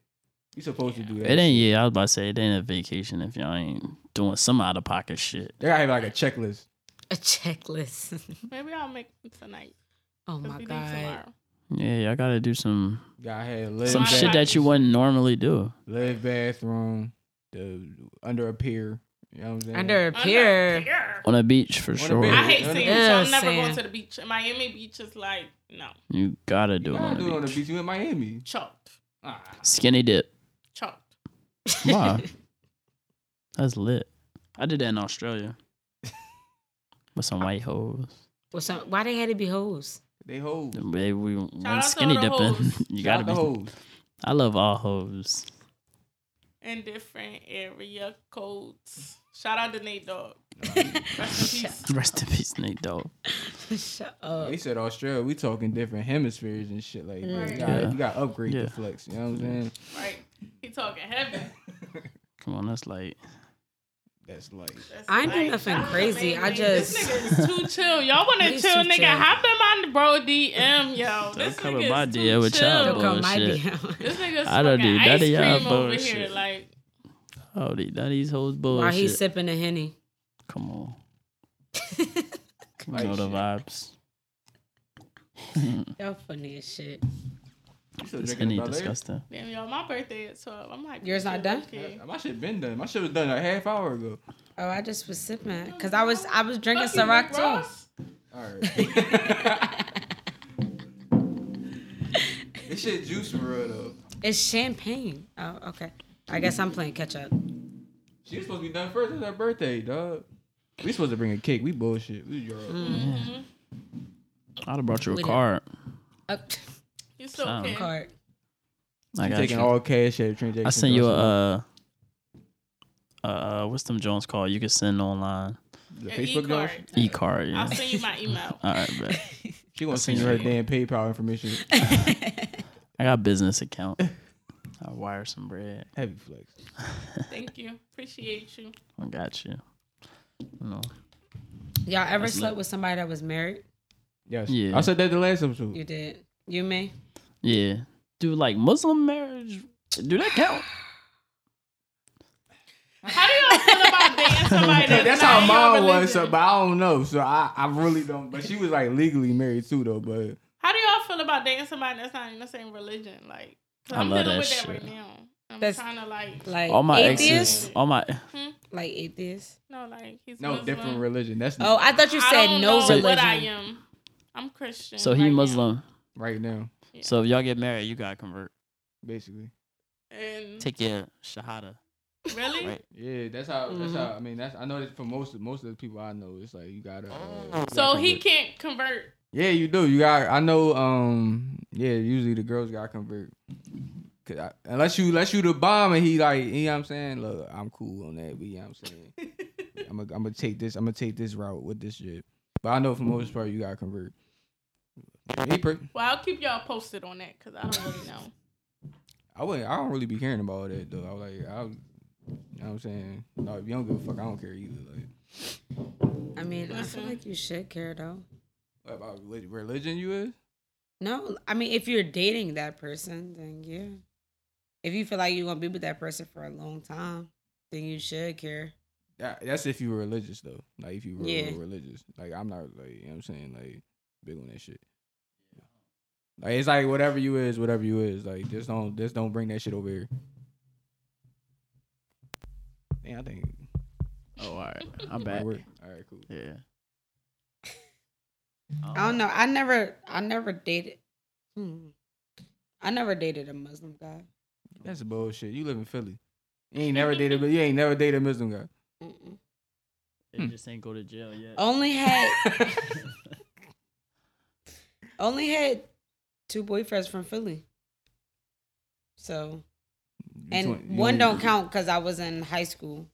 S2: You supposed to do that.
S5: It ain't yeah. I was about to say it ain't a vacation if y'all ain't doing some out of pocket shit.
S2: They gotta have like a checklist.
S3: A checklist.
S4: Maybe I'll make it tonight.
S3: oh
S4: 'cause
S3: my
S4: we leave
S3: god.
S4: tomorrow.
S5: Yeah, y'all gotta do some
S2: Gotta have live
S5: some
S4: Out
S2: bath,
S4: of
S5: shit that
S4: pocket
S5: you wouldn't normally do.
S2: live bathroom, the under a pier. You know what I'm saying?
S3: Under a
S4: Under
S3: pier.
S4: pier.
S5: On a beach for
S2: a
S5: sure.
S2: beach.
S4: I hate
S2: Yeah,
S4: sand,
S3: yeah,
S4: so I'm never
S3: sand.
S4: going to the beach. And Miami beach is like no,
S5: You gotta
S2: You
S5: do it
S2: gotta
S5: on
S2: do it
S5: the
S2: on the
S5: beach.
S2: beach. You in Miami?
S4: chalked,
S2: Ah,
S5: Skinny dip.
S4: chalked.
S5: Why? That's lit. I did that in Australia with some white hoes.
S3: Well, so why they had to be hoes?
S2: They hoes.
S5: Baby, we
S4: out
S5: went
S4: to
S5: skinny
S4: all the
S5: dipping.
S4: hoes.
S5: you
S2: Shout
S5: gotta
S2: out
S5: be.
S2: the hoes.
S5: I love all hoes.
S4: in different area codes. Shout out to Nate Dogg. Rest in peace.
S5: Rest in peace, Nate Dog.
S3: Shut up.
S2: They said Australia. We talking different hemispheres and shit like that. You, gotta,
S5: Yeah.
S2: you gotta upgrade
S5: Yeah.
S2: the flex. You know what I'm saying?
S4: Right. He talking heavy.
S5: Come on, that's like
S2: That's like
S4: That's
S3: I ain't do
S4: like,
S3: nothing
S4: y'all
S3: crazy. I
S4: amazing.
S3: just-
S4: this nigga is too chill. Y'all want to
S3: He's
S4: chill,
S3: too
S4: nigga?
S3: chill.
S4: Hop in my bro DM, yo.
S5: Don't
S4: This
S5: come
S4: nigga
S5: in my
S4: is
S5: DM
S4: too
S5: with y'all
S4: chill.
S5: boy.
S3: Come my
S5: bullshit.
S3: DM.
S4: This nigga's
S5: I
S4: I
S5: don't
S4: don't
S5: do none
S4: ice
S5: of
S4: cream
S5: y'all
S4: over here.
S5: bullshit.
S4: Like
S5: oh, these, none of these hoes bullshit.
S3: While he's sipping a henny.
S5: Come on, you
S2: like
S5: know the
S2: shit.
S5: vibes.
S3: Y'all funny as shit.
S2: You still
S5: It's
S2: drinking
S5: any
S2: the Bel Air?
S5: disgusting.
S4: damn, y'all. My birthday is twelve. I'm like,
S3: Yours not done?
S4: okay.
S2: My shit been done. My shit was done a half hour ago.
S3: Oh, I just was sipping because I was I was drinking
S4: Fuck you, Rick
S3: Ciroc too.
S4: Ross.
S2: All right. this shit juice for real though.
S3: It's champagne. Oh, okay. I guess I'm playing catch up.
S2: She was supposed to be done first. It's her birthday, dog. We supposed to bring a cake. We bullshit. We drunk.
S3: Mm.
S4: Mm-hmm.
S5: I'd have brought you a
S3: We did.
S5: card.
S3: Up
S4: You so
S5: Sound.
S4: okay.
S3: card.
S5: I got
S2: Taking
S5: you.
S2: all cash at transaction.
S5: I sent you a uh, uh, what's them Jones called? You can send online
S2: the
S4: Your
S2: Facebook
S4: e-card.
S2: girls.
S5: e card. Yeah.
S4: I'll send you my email.
S5: all right, bro.
S2: She gonna send you her damn PayPal information.
S5: I got a business account. I'll wire some bread.
S2: Heavy flex.
S4: Thank you. Appreciate you.
S5: I got you. No.
S3: Y'all ever slept with somebody that was married?
S2: Yes.
S5: Yeah.
S2: I said that the last episode.
S3: You did. You may.
S5: Yeah. Do like Muslim marriage? Do that count?
S4: How do y'all feel about dating somebody that's,
S2: That's
S4: not
S2: how
S4: your
S2: mom
S4: religion?
S2: was, so, but I don't know. So I, I really don't. But she was like legally married too, though. But
S4: How do y'all feel about dating somebody that's not in the same religion? Like, 'cause
S5: I
S4: I'm
S5: love that
S4: dealing with that
S5: shit.
S4: right now. I'm
S3: That's-
S4: trying to like,
S3: Like
S5: All my
S3: atheists?
S5: exes. All my.
S3: Like atheists?
S4: no, like he's
S2: no
S4: Muslim.
S2: different religion. That's
S3: Oh, I thought you
S4: I
S3: said
S4: don't
S3: no
S4: know
S3: religion.
S4: what I am. I'm Christian.
S5: So he
S4: right now.
S5: Muslim.
S2: right now,
S5: So if y'all get married, you gotta convert.
S2: basically.
S4: And
S5: Take your shahada.
S4: really,
S5: Right.
S2: Yeah, that's how.
S4: Mm-hmm.
S2: That's how. I mean, that's. I know that for most of most of the people I know, it's like you gotta. Uh,
S4: so he
S2: can.
S4: can't convert.
S2: Yeah, you do. You got. I know. Um. Yeah. Usually the girls gotta convert. Cause I, unless you unless you the bomb and he like you know what I'm saying look I'm cool on that but you know what I'm saying I'm gonna I'm gonna take this I'm gonna take this route with this shit but I know for most part you gotta convert. Hey, prick.
S4: Well, I'll keep y'all posted on that because I don't really know.
S2: I wouldn't. I don't really be caring about all that though. I was like, I, was- you know what I'm saying? No, if you don't give a fuck, I don't care either. Like
S3: I mean, I feel like you should care though.
S2: what about relig- religion, you is.
S3: No, I mean, if you're dating that person, then yeah. If you feel like you're gonna be with that person for a long time, then you should care.
S2: That, that's if you were religious though. Like if you were
S3: Yeah.
S2: real religious. Like I'm not like you know what I'm saying like big on that shit. Like it's like whatever you is, whatever you is. Like just don't just don't bring that shit over here. Yeah, I think
S5: Oh, all right. I'm
S2: might
S5: back.
S2: work. All right, cool.
S5: Yeah. Oh,
S3: I don't know. I never, I never dated. Hmm. I never dated a Muslim guy.
S2: That's bullshit. You live in Philly. You ain't never dated, but you ain't never dated a Muslim guy.
S3: Mm-mm.
S5: They just ain't go to jail yet.
S3: Only had, only had two boyfriends from Philly. So
S2: You
S3: and
S2: twen- you
S3: one
S2: ain't-
S3: don't count because I was in high school.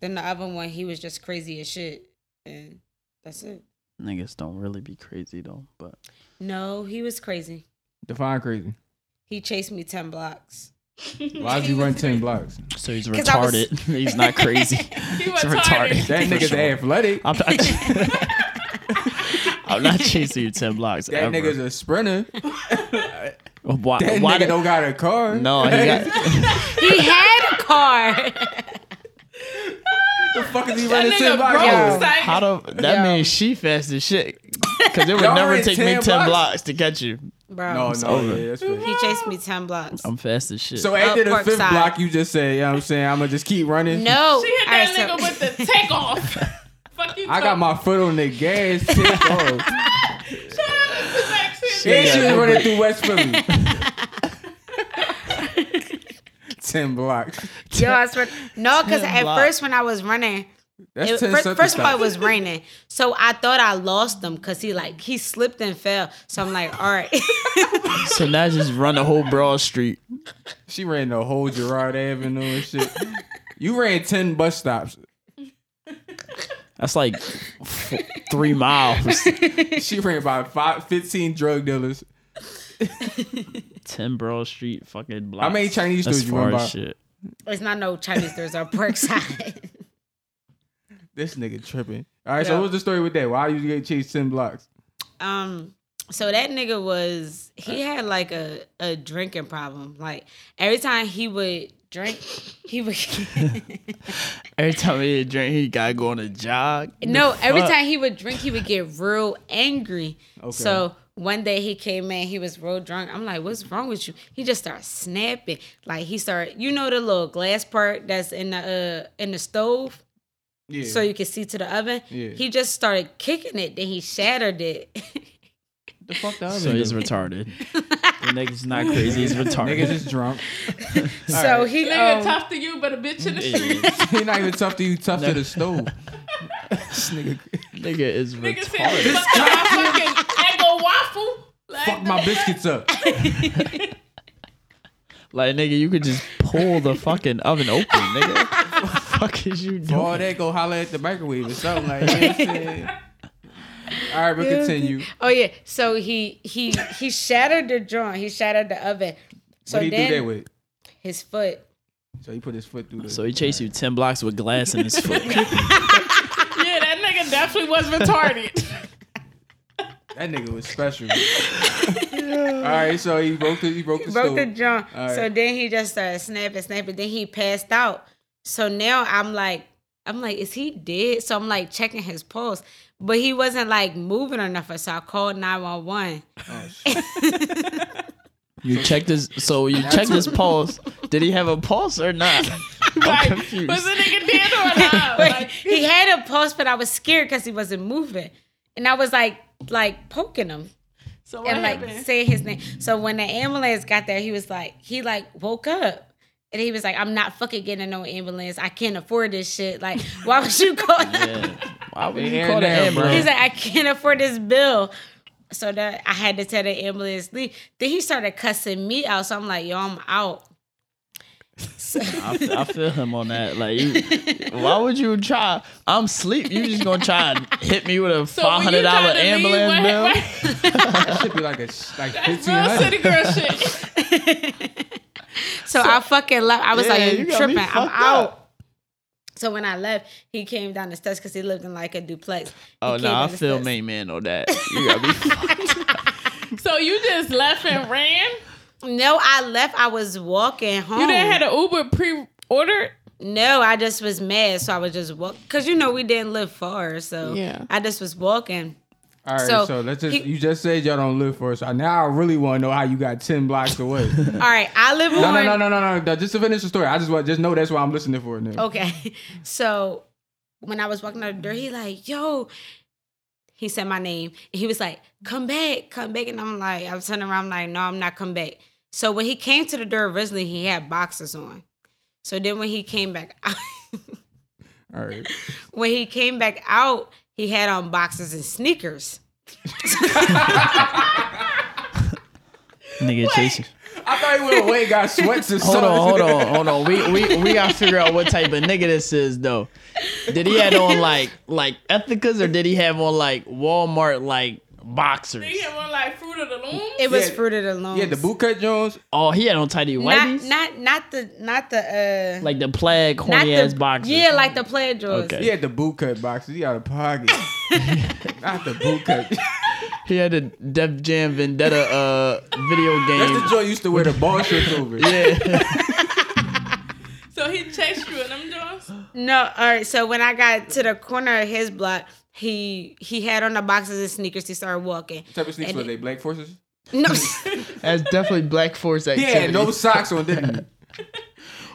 S3: Then the other one, he was just crazy as shit, and that's it.
S5: Niggas don't really be crazy though, but
S3: No, he was crazy.
S2: define crazy.
S3: He chased me ten blocks.
S2: Why'd you run ten blocks?
S5: so he's
S3: 'Cause I was-
S5: retarded. He's not crazy.
S4: He
S5: He's
S4: retarded.
S2: That
S5: for
S2: nigga's
S5: sure.
S2: athletic.
S5: I'm not, I'm not chasing you ten blocks.
S2: That
S5: ever.
S2: nigga's a sprinter.
S5: why,
S2: That
S5: why
S2: nigga
S5: did-
S2: don't got a car.
S5: No, he got,
S3: He had a car.
S2: the fuck is he
S4: That
S2: running
S4: nigga
S2: ten
S4: broke.
S2: blocks?
S4: son.
S5: how do that
S3: Yo.
S5: means she fast as shit? Because it would
S2: Y'all
S5: never
S2: ran
S5: take me
S2: 10
S5: ten blocks.
S2: blocks?
S5: to catch you.
S3: Bro,
S2: No, no,
S5: over.
S2: yeah, that's fair.
S3: he chased me ten blocks.
S5: I'm fast as shit.
S2: So
S5: So
S2: after
S3: Up
S2: the
S3: Park
S2: fifth
S3: side.
S2: block, you just say, you know what I'm saying, I'm gonna just keep running.
S3: no,
S4: She hit
S3: alright,
S4: that
S3: so-
S4: nigga with the takeoff. Fuck you.
S2: I got my foot on the gas. Take off.
S4: Shut
S2: And she was running through West Philly. ten blocks.
S3: Yo, I swear. No, because
S5: Ten
S3: at
S5: blocks.
S3: first when I was running,
S2: That's
S3: it-
S2: ten
S3: first,
S2: something
S3: first of all, it
S2: stops.
S3: was raining, so I thought I lost him because he like he slipped and fell. So I'm like, all right,
S5: So now just run the whole Broad Street.
S2: She ran the whole Gerard Avenue and shit. You ran ten bus stops.
S5: That's like f- three miles.
S2: She ran about five, 15 drug dealers.
S5: Ten Broad Street, fucking blocks.
S2: How many Chinese
S5: That's
S2: dudes you
S5: far
S2: run by?
S5: as shit.
S3: it's not no Chinese stores on Parkside.
S2: This nigga tripping. All right, so what's the story with that? Why you get chased ten blocks?
S3: um so that nigga was he had like a a drinking problem like every time he would drink he would
S5: Every time he had a drink, he gotta go on a jog.
S3: no every
S5: fuck?
S3: time he would drink he would get real angry so one day he came in he was real drunk i'm like what's wrong with you he just started snapping like he started you know the little glass part that's in the uh in the stove
S2: Yeah.
S3: so you can see to the oven
S2: Yeah.
S3: he just started kicking it then he shattered it
S2: the fuck the other
S5: So he's retarded. the nigga's not crazy. He's
S2: Niggas
S5: retarded.
S2: is drunk.
S3: so he
S4: Nigga
S3: um,
S4: tough to you, but a bitch in the street.
S2: He not even tough to you, tough to the stove. this nigga,
S5: Nigga is
S4: Nigga said,
S5: retarded.
S4: fuck my fucking egg or waffle. Like,
S2: fuck my biscuits up.
S5: Like nigga, you could just pull the fucking oven open, nigga. What the fuck is you doing?
S2: All that go holler at the microwave or something like that. All right, but continue.
S3: Oh yeah. So he he he shattered the joint. He shattered the oven. So
S2: what do you
S3: then
S2: do that with?
S3: his foot.
S2: So he put his foot through the.
S5: So he chased you ten blocks with glass in his foot.
S4: Yeah, that nigga definitely was retarded.
S2: that nigga was special. All right, so he broke the he broke the
S3: Broke
S2: stove.
S3: the joint.
S2: All
S3: So
S2: right.
S3: then he just started snapping, snapping. Then he passed out. So now I'm like, I'm like, is he dead? So I'm like checking his pulse. But he wasn't like moving or nothing. So I called 911.
S2: Oh, shit.
S5: You checked his so you checked his pulse. Did he have a pulse or not?
S4: Like,
S5: I'm
S4: was the
S5: confused.
S4: nigga dead or alive? Oh, Like,
S3: he had a pulse, but I was scared because he wasn't moving. And I was like, like poking him.
S4: so what
S3: and like
S4: happened?
S3: say his name. So when the ambulance got there, he was like, he like woke up. And he was like, I'm not fucking getting no ambulance. I can't afford this shit. Like, why would you call
S5: Yeah. Why would you
S2: Air
S5: call the
S2: down, bro.
S5: ambulance?
S3: He's like, I can't afford this bill. So that I had to tell the ambulance leave. Then he started cussing me out. So I'm like, yo, I'm out.
S5: I, f- I feel him on that. Like, you, why would you try? I'm sleep. You just gonna try and hit me with a
S4: So
S5: five
S4: when you
S5: hundred
S4: tried
S5: dollar
S4: to leave,
S5: ambulance bill?
S4: what- what-
S2: that should be like a s- like fifteen
S4: Real
S2: hundred.
S4: city girl shit.
S3: So, I fucking left. I was
S5: Yeah,
S3: like,
S5: you got
S3: you
S5: me
S3: tripping. I'm
S5: fucked
S3: out.
S5: up.
S3: So when I left, he came down the steps because he lived in like a duplex. He
S5: Oh
S3: came
S5: no,
S3: down
S5: I
S3: the
S5: feel
S3: steps.
S5: main man on that. You gotta be fucked.
S4: So you just left and ran?
S3: No, I left. I was walking home.
S4: You
S5: Oh.
S4: didn't have an Uber pre-ordered?
S3: No, I just was mad, so I was just walk because you know we didn't live far, so
S4: Yeah.
S3: I just was walking.
S2: All right, so,
S3: So,
S2: let's just
S3: he-
S2: you just said y'all don't live for us. So now I really want to know how you got ten blocks away.
S3: All right, I live
S2: No,
S3: on.
S2: no, no, no, no, no, no. Just to finish the story, I just want just know that's why I'm listening for it now.
S3: Okay, so when I was walking out the door, he like, "Yo," he said my name, and he was like, "Come back, come back," and I'm like, I'm turning around, I'm like, "No, I'm not come back." So when he came to the door originally, he had boxers on. So then when he came back,
S2: All right,
S3: when he came back out, he had on boxers and sneakers.
S5: Nigga chasing.
S2: I thought he went away, got sweats and
S5: Hold
S2: something.
S5: on, hold on, hold on. We we we gotta figure out what type of nigga this is though. Did he have on like like Ethicas or did he have on like Walmart like boxers?
S4: You had one like Fruit of the Loom?
S3: It was
S2: Yeah.
S3: fruited alone.
S2: Yeah, the bootcut Jones.
S5: Oh, he had on tidy
S3: not
S5: whities.
S3: not not the not the uh
S5: like the plaid
S3: not
S5: corny
S3: the
S5: ass boxers.
S3: Yeah, like the plaid drawers.
S5: Okay.
S2: He had the bootcut boxes. He out of pocket. Not the bootcut.
S5: He had a Def Jam Vendetta uh video
S2: That's
S5: game.
S2: the joint used to wear the ball shirts over.
S5: yeah.
S4: So he chased you in them joints?
S3: No, all right. So when I got to the corner of his block, he he had on the boxes and sneakers. He started walking.
S2: What type of sneakers
S3: And
S2: were
S3: it-
S2: they? Black Forces.
S3: No,
S5: That's definitely Black Force
S2: He
S5: activity.
S2: had no socks on, didn't he?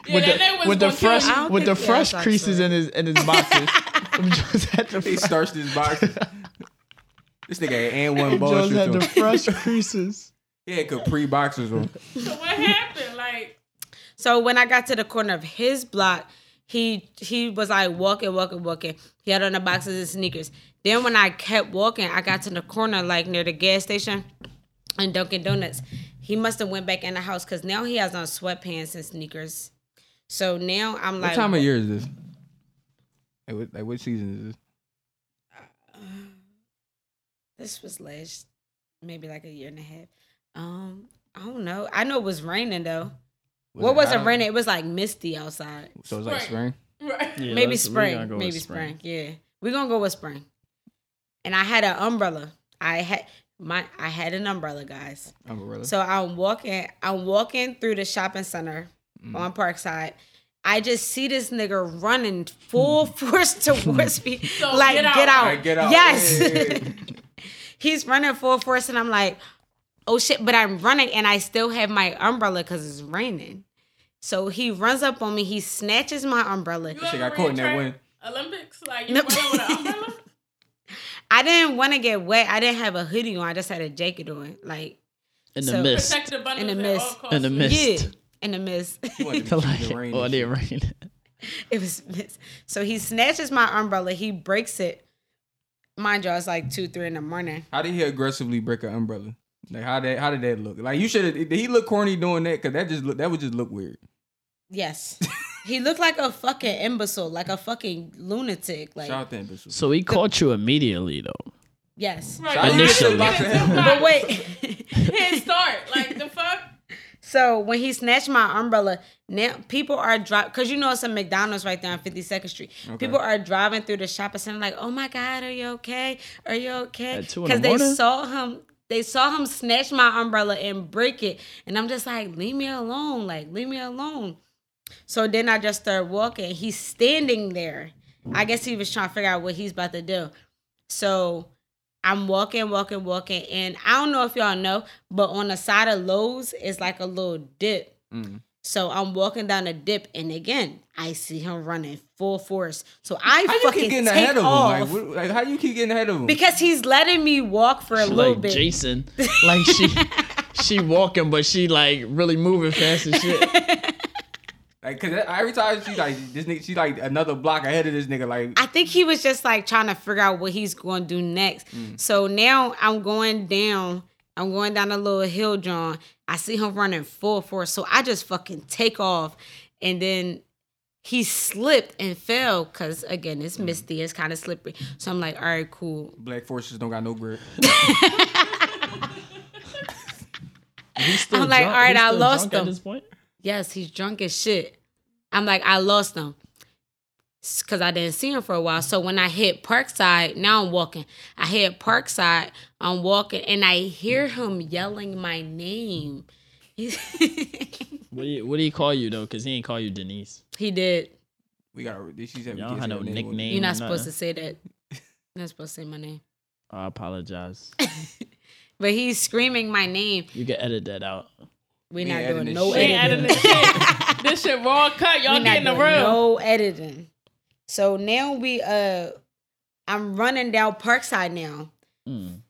S4: Yeah,
S5: with
S4: that
S5: the,
S4: nigga was
S5: with the
S4: gonna kill
S5: fresh
S4: you.
S3: don't
S5: with the
S3: think he
S5: fresh
S3: has socks
S5: creases
S3: on.
S5: in his in his boxes. Just had the
S2: He
S5: fresh-
S2: starched his boxes. This nigga had and one ball
S5: Jones
S2: shirts
S5: had
S2: on.
S5: the fresh creases.
S2: He had capri boxers on.
S4: So what happened? Like,
S3: So when I got to the corner of his block, he he was like walking, walking, walking. He had on the boxes and sneakers. Then when I kept walking, I got to the corner like near the gas station and Dunkin' Donuts. He must have went back in the house because now he has on sweatpants and sneakers. So now I'm
S2: What
S3: like,
S2: time of year is this? Like what, like what season is this?
S3: this was last maybe like a year and a half. Um, I don't know. I know it was raining though. what was it
S2: autumn?
S3: raining? It was like misty outside.
S2: So it's like
S4: Spring.
S2: spring.
S4: Right.
S5: Yeah,
S3: maybe
S5: that's- we gotta
S3: spring.
S5: go with
S3: maybe spring. Yeah, we're gonna go with spring. And I had an umbrella. I had my I had an umbrella, guys.
S2: Umbrella.
S3: So I'm walking. I'm walking through the shopping center on Parkside. I just see this nigga running full force towards me,
S4: So
S3: like
S4: get out.
S3: get out.
S2: Like, get out.
S3: Yes,
S2: Yeah.
S3: he's running full force, and I'm like, oh shit! But I'm running, and I still have my umbrella because it's raining. So he runs up on me. He snatches my umbrella.
S4: You
S2: She
S4: ever
S2: got caught in that
S4: track
S2: wind.
S4: Olympics, like you
S3: Nope.
S4: running with an umbrella.
S3: I didn't want to get wet. I didn't have a hoodie on. I just had a jacket on, like
S5: In the
S3: So-
S5: mist.
S4: Protect the bundles
S3: In the
S4: at all
S3: mist.
S4: costs.
S5: In the mist.
S3: yeah, in the mist.
S2: She wanted to be
S5: Like,
S2: in the rain
S5: oh,
S2: and
S5: they
S2: shit.
S5: rain.
S3: it was mist. So he snatches my umbrella. He breaks it. Mind you, it's like two, three in the morning.
S2: How did he aggressively break an umbrella? Like how that how did that look? Like you should have did he look corny doing that? Cause that just look that would just look weird.
S3: Yes, he looked like a fucking imbecile, like a fucking lunatic. Like
S2: Shout out to Ambitious.
S5: So he caught you immediately though.
S3: yes,
S4: Right.
S2: Shout out to
S5: Initially.
S2: Ambitious.
S3: but
S4: But
S3: wait.
S4: Head start. Like the fuck.
S3: so when he snatched my umbrella, now people are driving because you know it's a McDonald's right there on 52nd Street. People are driving through the shopping center like, "Oh my God, are you okay? Are you okay?"
S5: At two in the
S3: they
S5: morning?
S3: saw him. They saw him snatch my umbrella and break it, and I'm just like, "Leave me alone! Like, leave me alone!" So then I just started walking. He's standing there. I guess he was trying to figure out what he's about to do. So I'm walking, walking, walking, and I don't know if y'all know, but on the side of Lowe's is like a little dip.
S2: Mm.
S3: So I'm walking down a dip, and again, I see him running full force. So I
S2: How you
S3: fucking
S2: keep getting
S3: take
S2: ahead of
S3: off
S2: him? Like, what, like how you keep getting ahead of him?
S3: because he's letting me walk for a little
S5: Like
S3: bit.
S5: Jason. Like she she walking but she like really moving fast and shit.
S2: Like, cause that- every time she like this nigga, she like another block ahead of this nigga. Like,
S3: I think he was just like trying to figure out what he's going to do next. So now I'm going down. I'm going down a little hill, John. I see him running full force. So I just fucking take off. And then he slipped and fell because, again, it's misty. It's kind of slippery. So I'm like, all right, cool.
S2: black forces don't got no grip.
S5: Still
S3: I'm like,
S5: drunk-
S3: all right,
S5: he's
S3: I
S5: still
S3: lost
S5: drunk
S3: him.
S5: At this point?
S3: Yes, he's drunk as shit. I'm like, I lost him. S- Cause I didn't see him for a while. So when I hit Parkside, now I'm walking. I hit Parkside, I'm walking, and I hear him yelling my name. he
S5: What do you what do you call you though? Cause he ain't call you Denise.
S3: did.
S2: We got. She's having.
S5: Y'all don't have no nickname.
S3: You're not
S5: or
S3: supposed to
S5: nothing.
S3: say that. You're not supposed to say my name.
S5: I apologize.
S3: But he's screaming my name.
S5: You can edit that out.
S3: We're
S2: We
S3: not
S2: ain't
S3: doing
S2: adding
S3: no
S2: this
S4: They
S2: shit.
S3: editing.
S4: adding this shit. This shit raw cut. Y'all
S3: We
S4: getting the
S3: doing
S4: real.
S3: No editing. So now we uh I'm running down Parkside now.
S5: Mm.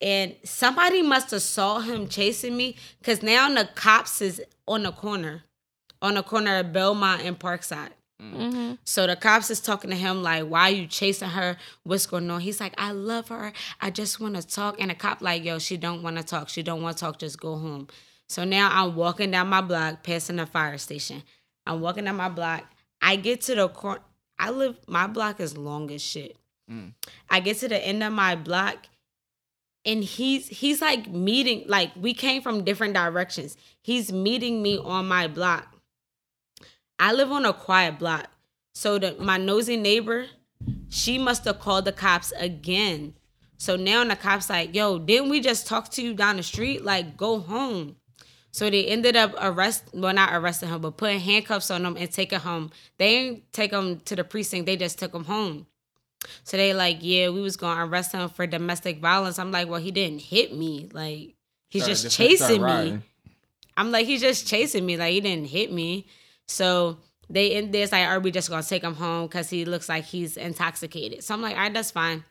S3: And somebody must have saw him chasing me because now the cops is on the corner. On the corner of Belmont and Parkside.
S4: Mm-hmm.
S3: So the cops is talking to him like, "Why you chasing her? What's going on?" He's like, "I love her. I just want to talk." And the cop like, "Yo, she don't want to talk. She don't want to talk. Just go home." So now I'm walking down my block, passing the fire station. I'm walking down my block. I get to the corner. I live. My block is long as shit. I get to the end of my block, and he's he's like meeting. Like we came from different directions. He's meeting me on my block. I live on a quiet block. So the, my nosy neighbor, she must have called the cops again. So now the cops like, yo, didn't we just talk to you down the street? Like, go home. So they ended up arrest, well, not arresting him, but putting handcuffs on him and taking him. They didn't take him to the precinct. They just took him home. So they like, yeah, we was gonna arrest him for domestic violence. I'm like, well, he didn't hit me. Like, he's just chasing me. I'm like, he's just chasing me. Like he didn't hit me. So they in this like, are we just gonna take him home? Cause he looks like he's intoxicated. So I'm like, all right, that's fine.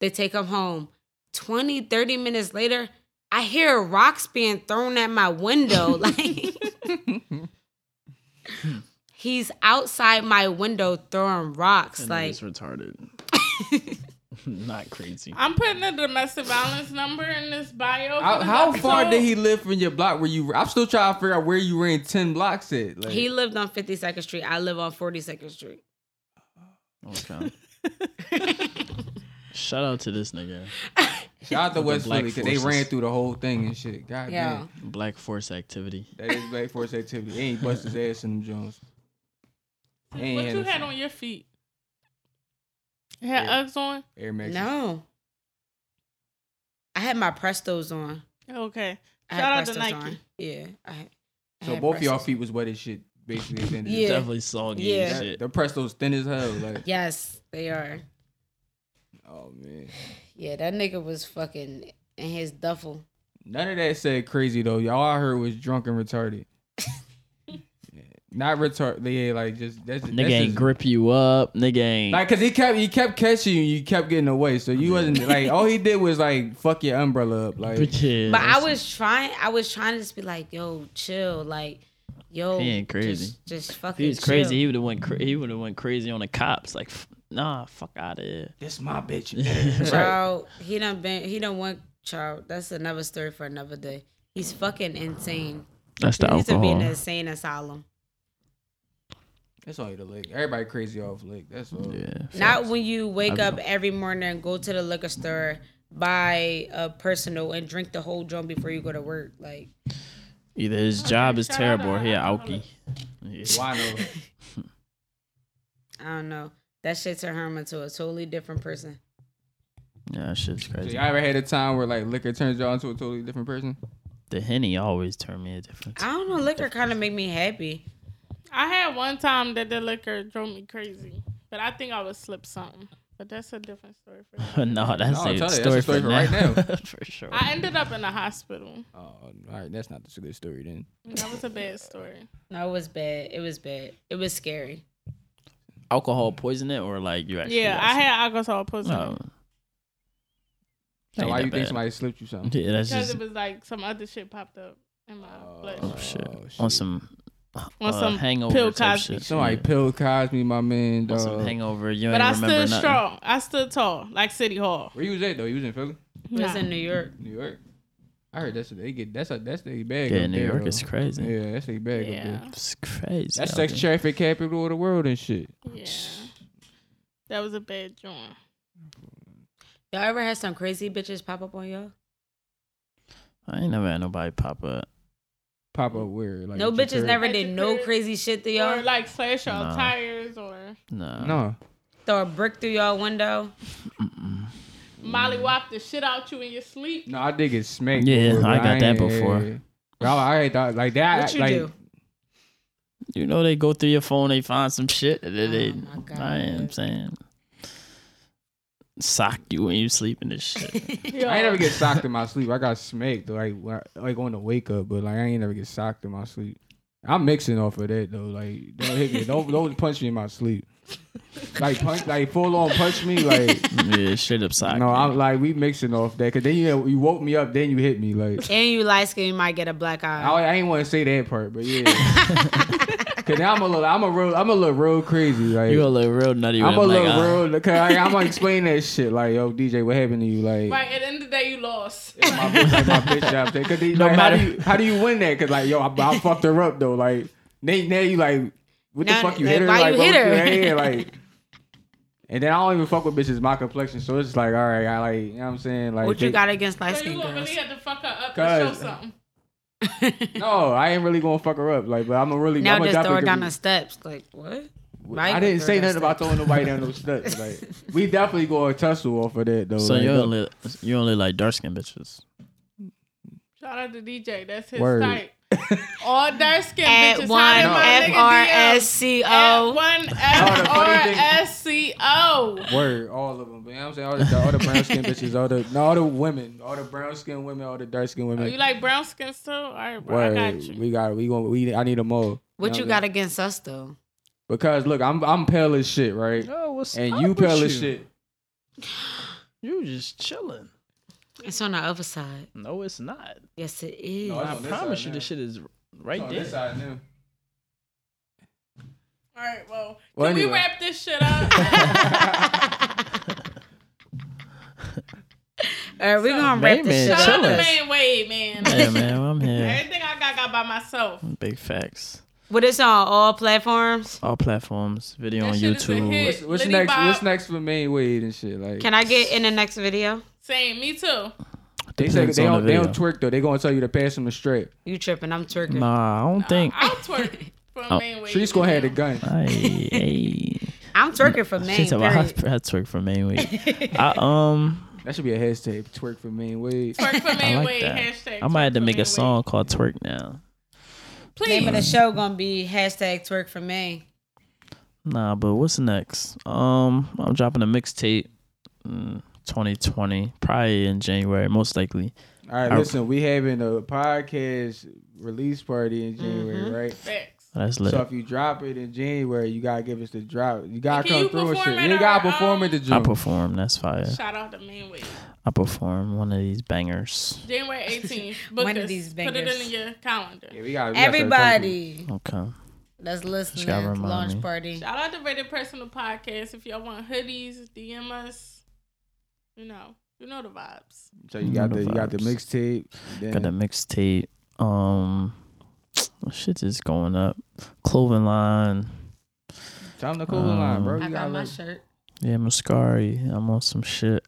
S3: They take him home. 20, 30 minutes later, I hear rocks being thrown at my window. like He's outside my window throwing rocks. like
S5: it's retarded. Not crazy.
S4: I'm putting the domestic violence number in this bio. for
S2: How,
S4: this
S2: how far
S4: episode.
S2: did he live from your block where you? I'm still trying to figure out where you ran ten blocks at. Like,
S3: he lived on 52nd Street. I live on 42nd Street.
S5: Okay. Shout out to this nigga,
S2: shout out to West
S5: Black
S2: Philly because they
S5: forces.
S2: ran through the whole thing and shit. God
S3: Yeah.
S2: damn,
S5: Black Force Activity.
S2: that is Black Force activity. They ain't bust his ass in them Jones. Ain't
S4: What you
S2: us-
S4: had on your feet? You had
S2: Yeah.
S4: Uggs on?
S2: Air Max.
S3: No. I had my Prestos on.
S4: Okay.
S3: I
S4: Shout out
S3: had
S4: to
S3: Prestos
S4: Nike.
S3: on. Yeah. I had, I
S2: So
S3: had
S2: both of y'all
S3: Prestos.
S2: feet was wet as shit. Basically, at the end of the
S3: Yeah.
S2: day.
S5: Definitely soggy
S3: Yeah.
S5: and
S2: That-
S5: shit.
S2: the Presto's thin as hell. Like,
S3: Yes, they are.
S2: oh man.
S3: Yeah, that nigga was fucking in his duffel.
S2: None of that said crazy though. Y'all I heard was drunk and retarded. Not retarded. Yeah, like just that's that's
S5: Nigga ain't
S2: just-
S5: grip you up. Nigga ain't.
S2: Like, cause he kept he kept catching you, you kept getting away. So you wasn't like all he did was like fuck your umbrella up. Like
S5: but yeah,
S3: But I
S5: that's-
S3: was trying I was trying to just be like, yo, chill. Like, yo
S5: He ain't crazy.
S3: Just, just fucking
S5: If he was
S3: chill.
S5: crazy, he would have went. Cra- he would have went crazy on the cops. Like, f- nah, fuck out of here.
S2: this my bitch.
S3: Child, he done been he done went child. That's another story for another day. He's fucking insane.
S5: That's the
S3: he needs to be in
S5: alcohol.
S3: an insane asylum.
S2: That's all you the lick. Everybody crazy off lick. That's all.
S5: Yeah.
S3: Not when you wake
S5: I've-
S3: up every morning and go to the liquor store, buy a personal and drink the whole joint before you go to work. Like
S5: Either his job is
S4: shout out
S5: terrible or
S4: to
S5: he a
S4: alcohol.
S5: alky. Yeah.
S2: Why no?
S3: I don't know. That shit turned him into a totally different person.
S5: Yeah, that shit's
S2: So
S5: crazy.
S2: y'all ever had a time where like liquor turns y'all into a totally different person?
S5: The henny always turned me a different.
S3: I don't know. Liquor kind of made me happy.
S4: I had one time that the liquor drove me crazy, but I think I would slip something. But that's a different story for me.
S5: no, that's, a
S2: No, I'm telling you, that's a
S5: story
S2: story
S5: for
S2: for right
S5: now.
S2: now.
S5: for sure.
S4: I ended up in a hospital.
S2: Oh, all right. That's not the good story then.
S4: That was a bad story.
S3: No, it was bad. It was bad. It was scary.
S5: Alcohol poisoning or like you actually.
S4: Yeah,
S5: got
S4: I
S5: sick?
S4: had alcohol poisoning.
S5: No.
S2: So
S5: Ain't
S2: why
S5: that
S2: you think
S5: bad.
S2: somebody slipped you something?
S5: Yeah, that's
S4: Because
S5: just
S4: it was like some other shit popped up in my
S2: Oh,
S4: blood.
S5: shit.
S2: shit.
S5: on some uh,
S4: On some
S5: hangover
S4: Bill
S5: type
S4: Cosby
S5: shit.
S2: Somebody
S5: yeah.
S2: Pill uh, Cosby, my man.
S5: on some
S2: dawg.
S5: hangover. You
S4: But
S5: ain't
S4: I
S5: remember
S4: stood
S5: nothing.
S4: strong. I stood tall, like City Hall.
S2: Where you was at though? You was in Philly,
S3: It was
S4: Nah.
S3: in New York.
S2: New York. I heard that's they get that's a, that's they bag.
S5: Yeah,
S2: up
S5: New
S2: there,
S5: York
S2: though.
S5: is crazy.
S2: Yeah, that's they bag up there.
S4: Yeah.
S5: It's crazy.
S2: That's
S5: out
S2: sex
S5: there.
S2: traffic capital of the world and shit.
S4: Yeah. That was a bad joint.
S3: Y'all ever had some crazy bitches pop up on y'all?
S5: I ain't never had nobody pop up.
S2: Pop up weird. Like
S3: no
S2: what you
S3: bitches
S2: heard.
S3: never
S4: At
S3: did
S4: your
S3: no
S4: crib?
S3: crazy shit to
S4: Or
S3: y'all.
S4: like slash y'all
S5: Nah.
S4: tires or
S5: No.
S2: No.
S3: Throw a brick through y'all window.
S5: Mm.
S4: Molly wop the shit out you in your sleep.
S2: No, I did get smacked.
S5: Yeah,
S2: before,
S5: I
S2: but
S5: got that
S2: ain't-
S5: before.
S2: yeah. But I, I thought like that.
S3: What you
S2: like,
S3: do?
S5: You know they go through your phone, they find some shit that they.
S3: my God.
S5: I am saying. Sock you when you sleeping this shit.
S2: I ain't never get socked in my sleep. I got smacked like when I- like on the wake up, but like I ain't never get socked in my sleep. I'm mixing off of that though. Like don't hit me. Don't don't punch me in my sleep. Like punch like full on punch me like.
S5: yeah, straight up sock.
S2: No,
S5: you.
S2: I'm like we mixing off that because then you you woke me up, then you hit me like
S3: And you light skin, you might get a black eye.
S2: I, I ain't want to say that part, but yeah, because now I'm a little I'm a real I'm a little real crazy like
S5: You gonna look real nutty.
S2: I'm
S5: with
S2: a
S5: black
S2: little
S5: eye.
S2: real because I'm gonna explain that shit like yo DJ, what happened to you like.
S4: Right, at the end of the day, you lost.
S2: my bitch, like, my bitch job thing. Cause they,
S5: No
S2: like, how,
S5: matter-
S2: do you, how do you win that? Cause like, yo, I, I fucked her up though. Like, now, now you like, what the
S3: Now,
S2: fuck you
S3: like,
S2: hit her?
S3: why
S2: like,
S3: you hit
S2: what-
S3: her?
S2: yeah, yeah, like, and then I don't even fuck with bitches my complexion, so it's just like, all right, I like, you know what I'm saying? Like,
S3: What you
S2: they-
S3: got against light
S4: So you
S3: skin
S4: gonna
S3: girls?
S4: really have to fuck her up and
S2: Cuz-
S4: show something.
S2: No, I ain't really gonna fuck her up. Like, but I'm gonna really.
S3: Now
S2: I'm
S3: just throw her down the steps. Like what? Why you
S2: I
S3: gonna
S2: didn't
S3: throw
S2: say
S3: her down
S2: nothing about
S3: steps?
S2: throwing nobody down those steps. Like, we definitely gonna tussle off of that though.
S5: So
S2: like,
S5: you
S2: no-
S5: only you only like dark skinned bitches.
S4: Shout out to DJ. That's his
S2: Word.
S4: type. All dark skin
S3: At
S4: bitches.
S3: one
S4: holla at my
S3: F
S4: nigga
S3: R S
S4: DMs.
S3: C
S4: At
S3: O.
S4: one
S2: funny
S4: F R
S2: thing-
S4: S C O.
S2: Word, all of them. But you know what I'm saying? All the, all the brown skin bitches, all the no, all the women, all the brown skin women, all the dark skin women.
S4: Oh, You like brown skin too? All right, bro.
S2: Word,
S4: I got you.
S2: we got we going we I need them all.
S3: What
S2: know
S3: you
S2: I'm
S3: got
S2: saying?
S3: against us though?
S2: Because look, I'm I'm pale as shit, right?
S5: Oh, what's
S2: And you pale as shit.
S5: You just chilling.
S3: It's on the other side.
S5: No, it's not.
S3: Yes, it is.
S2: No, it's
S5: I
S2: on this
S5: promise
S2: side
S5: you,
S2: now.
S5: this shit is right there.
S2: side now.
S4: All right, well,
S2: Well,
S4: can we
S2: anyway.
S4: wrap this shit up?
S3: All right, we're gonna wrap
S5: Maybe.
S3: this shit
S4: Shout
S5: Tell
S4: out to
S5: us.
S3: up.
S4: Man Wade, man.
S5: Yeah, man, I'm here.
S4: Everything I got, got by myself.
S5: Big facts.
S3: What is on all platforms?
S5: All platforms, video
S4: That
S5: on
S4: shit is a hit.
S5: YouTube.
S2: What's, what's
S4: Liddy
S2: next?
S4: Bob.
S2: What's next for Main Wade and shit? Like
S3: Can I get in the next video?
S4: Same, me too.
S2: they say
S5: Depends
S2: they
S5: on
S2: don't,
S5: the
S2: they
S5: video.
S2: don't twerk though. They gonna tell you to pass them the strap.
S3: You tripping? I'm twerking.
S5: Nah, I don't think.
S4: I'll twerk from
S5: Oh.
S4: Man Wade.
S2: She's gonna have the gun.
S5: Ay, ay.
S3: I'm twerking for man.
S5: Shit, I
S3: period.
S5: twerk for main week. I um,
S2: That should be a hashtag. Twerk for Main Wade.
S4: Twerk for
S5: I
S4: Man
S5: like
S4: Wade.
S5: that.
S4: Hashtag.
S5: I might have
S4: twerk
S5: to
S4: for
S5: make
S4: Man
S5: a
S4: Wade.
S5: song called Twerk Now.
S4: Please.
S3: Name of the show gonna be hashtag twerk for man.
S5: Nah, but what's next? Um, I'm dropping a mixtape. mm, 2020, probably in January, most likely.
S2: All right,
S5: I-
S2: listen, we having a podcast release party in January,
S4: Mm-hmm.
S2: right?
S4: Facts.
S5: That's lit.
S2: So if you drop it in January, you gotta give us the drop. You gotta
S4: Can
S2: come
S4: you
S2: through and
S4: perform
S2: shit.
S4: at
S2: You gotta
S4: our,
S2: perform
S4: um,
S2: at the
S5: I
S2: gym.
S5: perform. That's fire.
S4: Shout out to Man Wade.
S5: I perform one of these bangers.
S4: January 18th. Book
S3: One of
S4: us.
S3: these
S4: Put it
S3: bangers.
S4: in your calendar.
S2: Yeah, we gotta- we gotta start talking.
S3: Everybody,
S5: Okay.
S3: let's listen
S5: She gotta
S3: to
S5: remind
S3: launch
S5: me.
S3: party.
S4: Shout out to Rated Personal Podcast. If y'all want hoodies, DM us. You know, you know the vibes.
S2: So you got the you got the
S5: Vibes.
S2: mixtape. then-
S5: Got a mixtape. Um, shit is going up. Clothing line.
S2: Time to cool the line, bro. You
S3: I got
S2: gotta
S3: my
S2: let-
S3: shirt.
S5: Yeah, Muscari. I'm on some shit.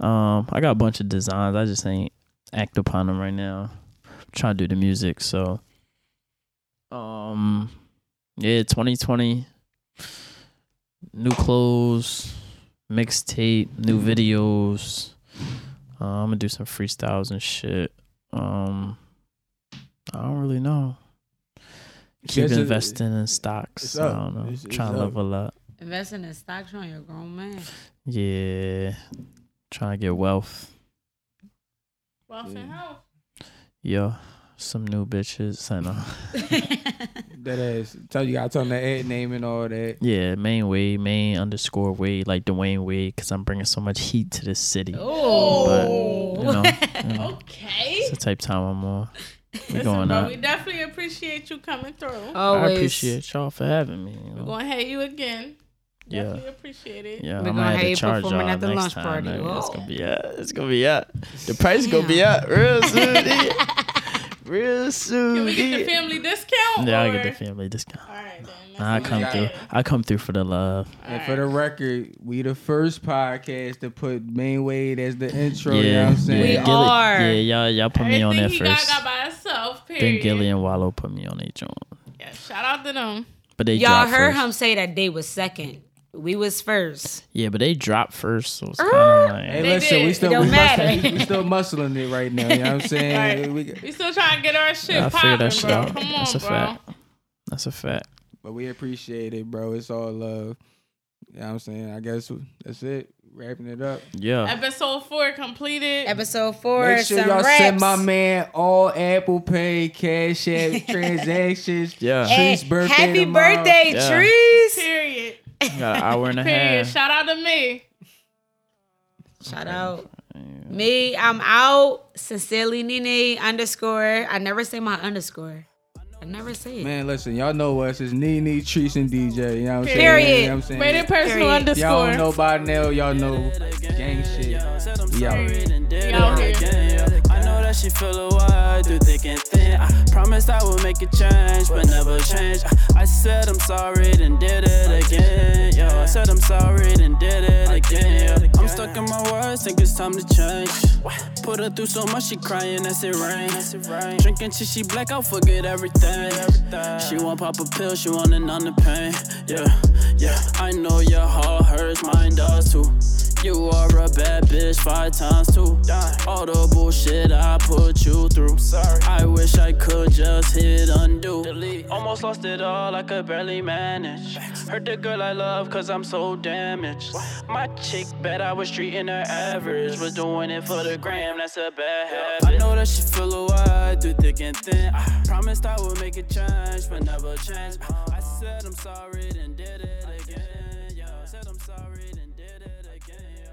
S5: Um, I got a bunch of designs. I just ain't act upon them right now. I'm trying to do the music, so um, yeah, 2020, new clothes, mixtape, new videos. Uh, I'm gonna do some freestyles and shit. Um, I don't really know. Keep
S2: Yes, it-
S5: investing in stocks.
S2: it's
S5: I
S2: up.
S5: don't know.
S2: It's- it's
S5: trying to
S2: up.
S5: level up.
S3: Investing in stocks on your grown man.
S5: Yeah, trying to get wealth.
S4: Wealth and
S2: Yeah.
S4: health.
S5: Yo, some new bitches. uh, I know.
S2: That ass. Tell you gotta tell them the ad name and all that.
S5: Yeah, main Wade, main underscore Wade, like Dwayne Wade, because I'm bringing so much heat to this city.
S3: oh,
S5: But, you know, you know,
S4: Okay.
S5: it's the type of time I'm on. We
S4: Listen,
S5: going Oh.
S4: bro,
S5: out.
S4: we definitely appreciate you coming through.
S5: I
S3: always.
S5: appreciate y'all for having me. You
S4: We're
S5: know?
S4: going to have you again.
S5: Yeah.
S4: Definitely appreciate it.
S5: Yeah,
S3: We're
S5: I'm
S3: gonna
S5: gonna have
S3: have
S5: to
S3: you
S5: charge
S3: performing
S5: y'all
S3: at the
S5: next
S3: lunch
S5: time.
S3: party.
S5: nigga. It's
S3: Whoa.
S5: gonna be up. It's gonna be up. The price gonna be up real soon. nigga. real soon.
S4: Can we get the
S5: nigga.
S4: family discount?
S5: Yeah, I
S4: or-
S5: get the family discount.
S4: All right, then. That's
S5: I
S4: what we
S5: come
S4: got.
S5: through. I come through for the love.
S2: And
S4: All
S2: for the record, we the first podcast to put Main Wade as the intro.
S5: yeah,
S2: You know what I'm saying?
S5: yeah,
S3: We
S5: Gilly,
S3: are.
S5: Yeah, y'all, y'all put me on there
S4: Everything he got,
S5: first.
S4: got by itself, period.
S5: Then Gilly and Wallow put me on their joint.
S4: Yeah, shout out to them.
S5: But they
S3: Y'all
S5: dropped
S3: heard
S5: first.
S3: him say that they was second. We was first.
S5: Yeah, but they dropped first, so it's kind of like
S2: Hey,
S4: They
S2: listen,
S4: did.
S2: we still
S3: It don't
S2: we,
S3: matter.
S2: must, we still muscling it right now. You know what I'm saying?
S4: Right.
S2: We-
S4: We still trying to get our shit
S5: I
S4: popping,
S5: figured that shit
S4: bro.
S5: out.
S4: Come on,
S5: That's a
S4: bro.
S5: fact. that's a fact.
S2: but we appreciate it, bro. It's all love. You know what I'm saying? I guess that's it. Wrapping it up.
S5: Yeah,
S4: Episode four completed.
S3: Episode four.
S2: Make sure
S3: some
S2: y'all
S3: raps.
S2: send my man all Apple Pay, Cash App transactions.
S5: Yeah.
S3: Hey,
S2: Tree's birthday
S3: happy
S2: tomorrow.
S3: birthday,
S5: Yeah.
S3: Trees.
S4: period.
S5: got an hour and a half.
S4: Period. Shout out to me.
S3: Shout out. Me, I'm out. Sincerely, Nene underscore. I never say my underscore. I never say it.
S2: Man, listen, y'all know us. It's Nene, Trees, and DJ. You know what I'm
S3: Period.
S2: saying? You know what I'm saying?
S4: Rated personal
S3: Period.
S2: Y'all
S4: underscore.
S2: don't know by now. Y'all know gang shit.
S1: Said I'm
S2: We out.
S1: sorry, then did it
S4: out here.
S1: again. I know that she feel a way through thick and thin. I promised I would make a change, but never change. I, I said I'm sorry, then did it again. Yo, I said I'm sorry, then did it again. yo. I'm stuck in my words, think it's time to change. Put her through so much, she crying as it rain. Drinking till she black out, forget everything. She won't pop a pill, she want to numb the pain. Yeah, yeah. I know your heart hurts, mine does too. You are a bad bitch five times two. All the bullshit I put you through. Sorry. I wish I could just hit undo. Almost lost it all, I could barely manage. Hurt the girl I love cause I'm so damaged. My chick bet I was treating her average. Was doing it for the gram, that's a bad habit. I know that she feel a way through thick and thin. I promised I would make a change, but never change. I said I'm sorry, then did it again. Yeah, said I'm sorry, then did it again.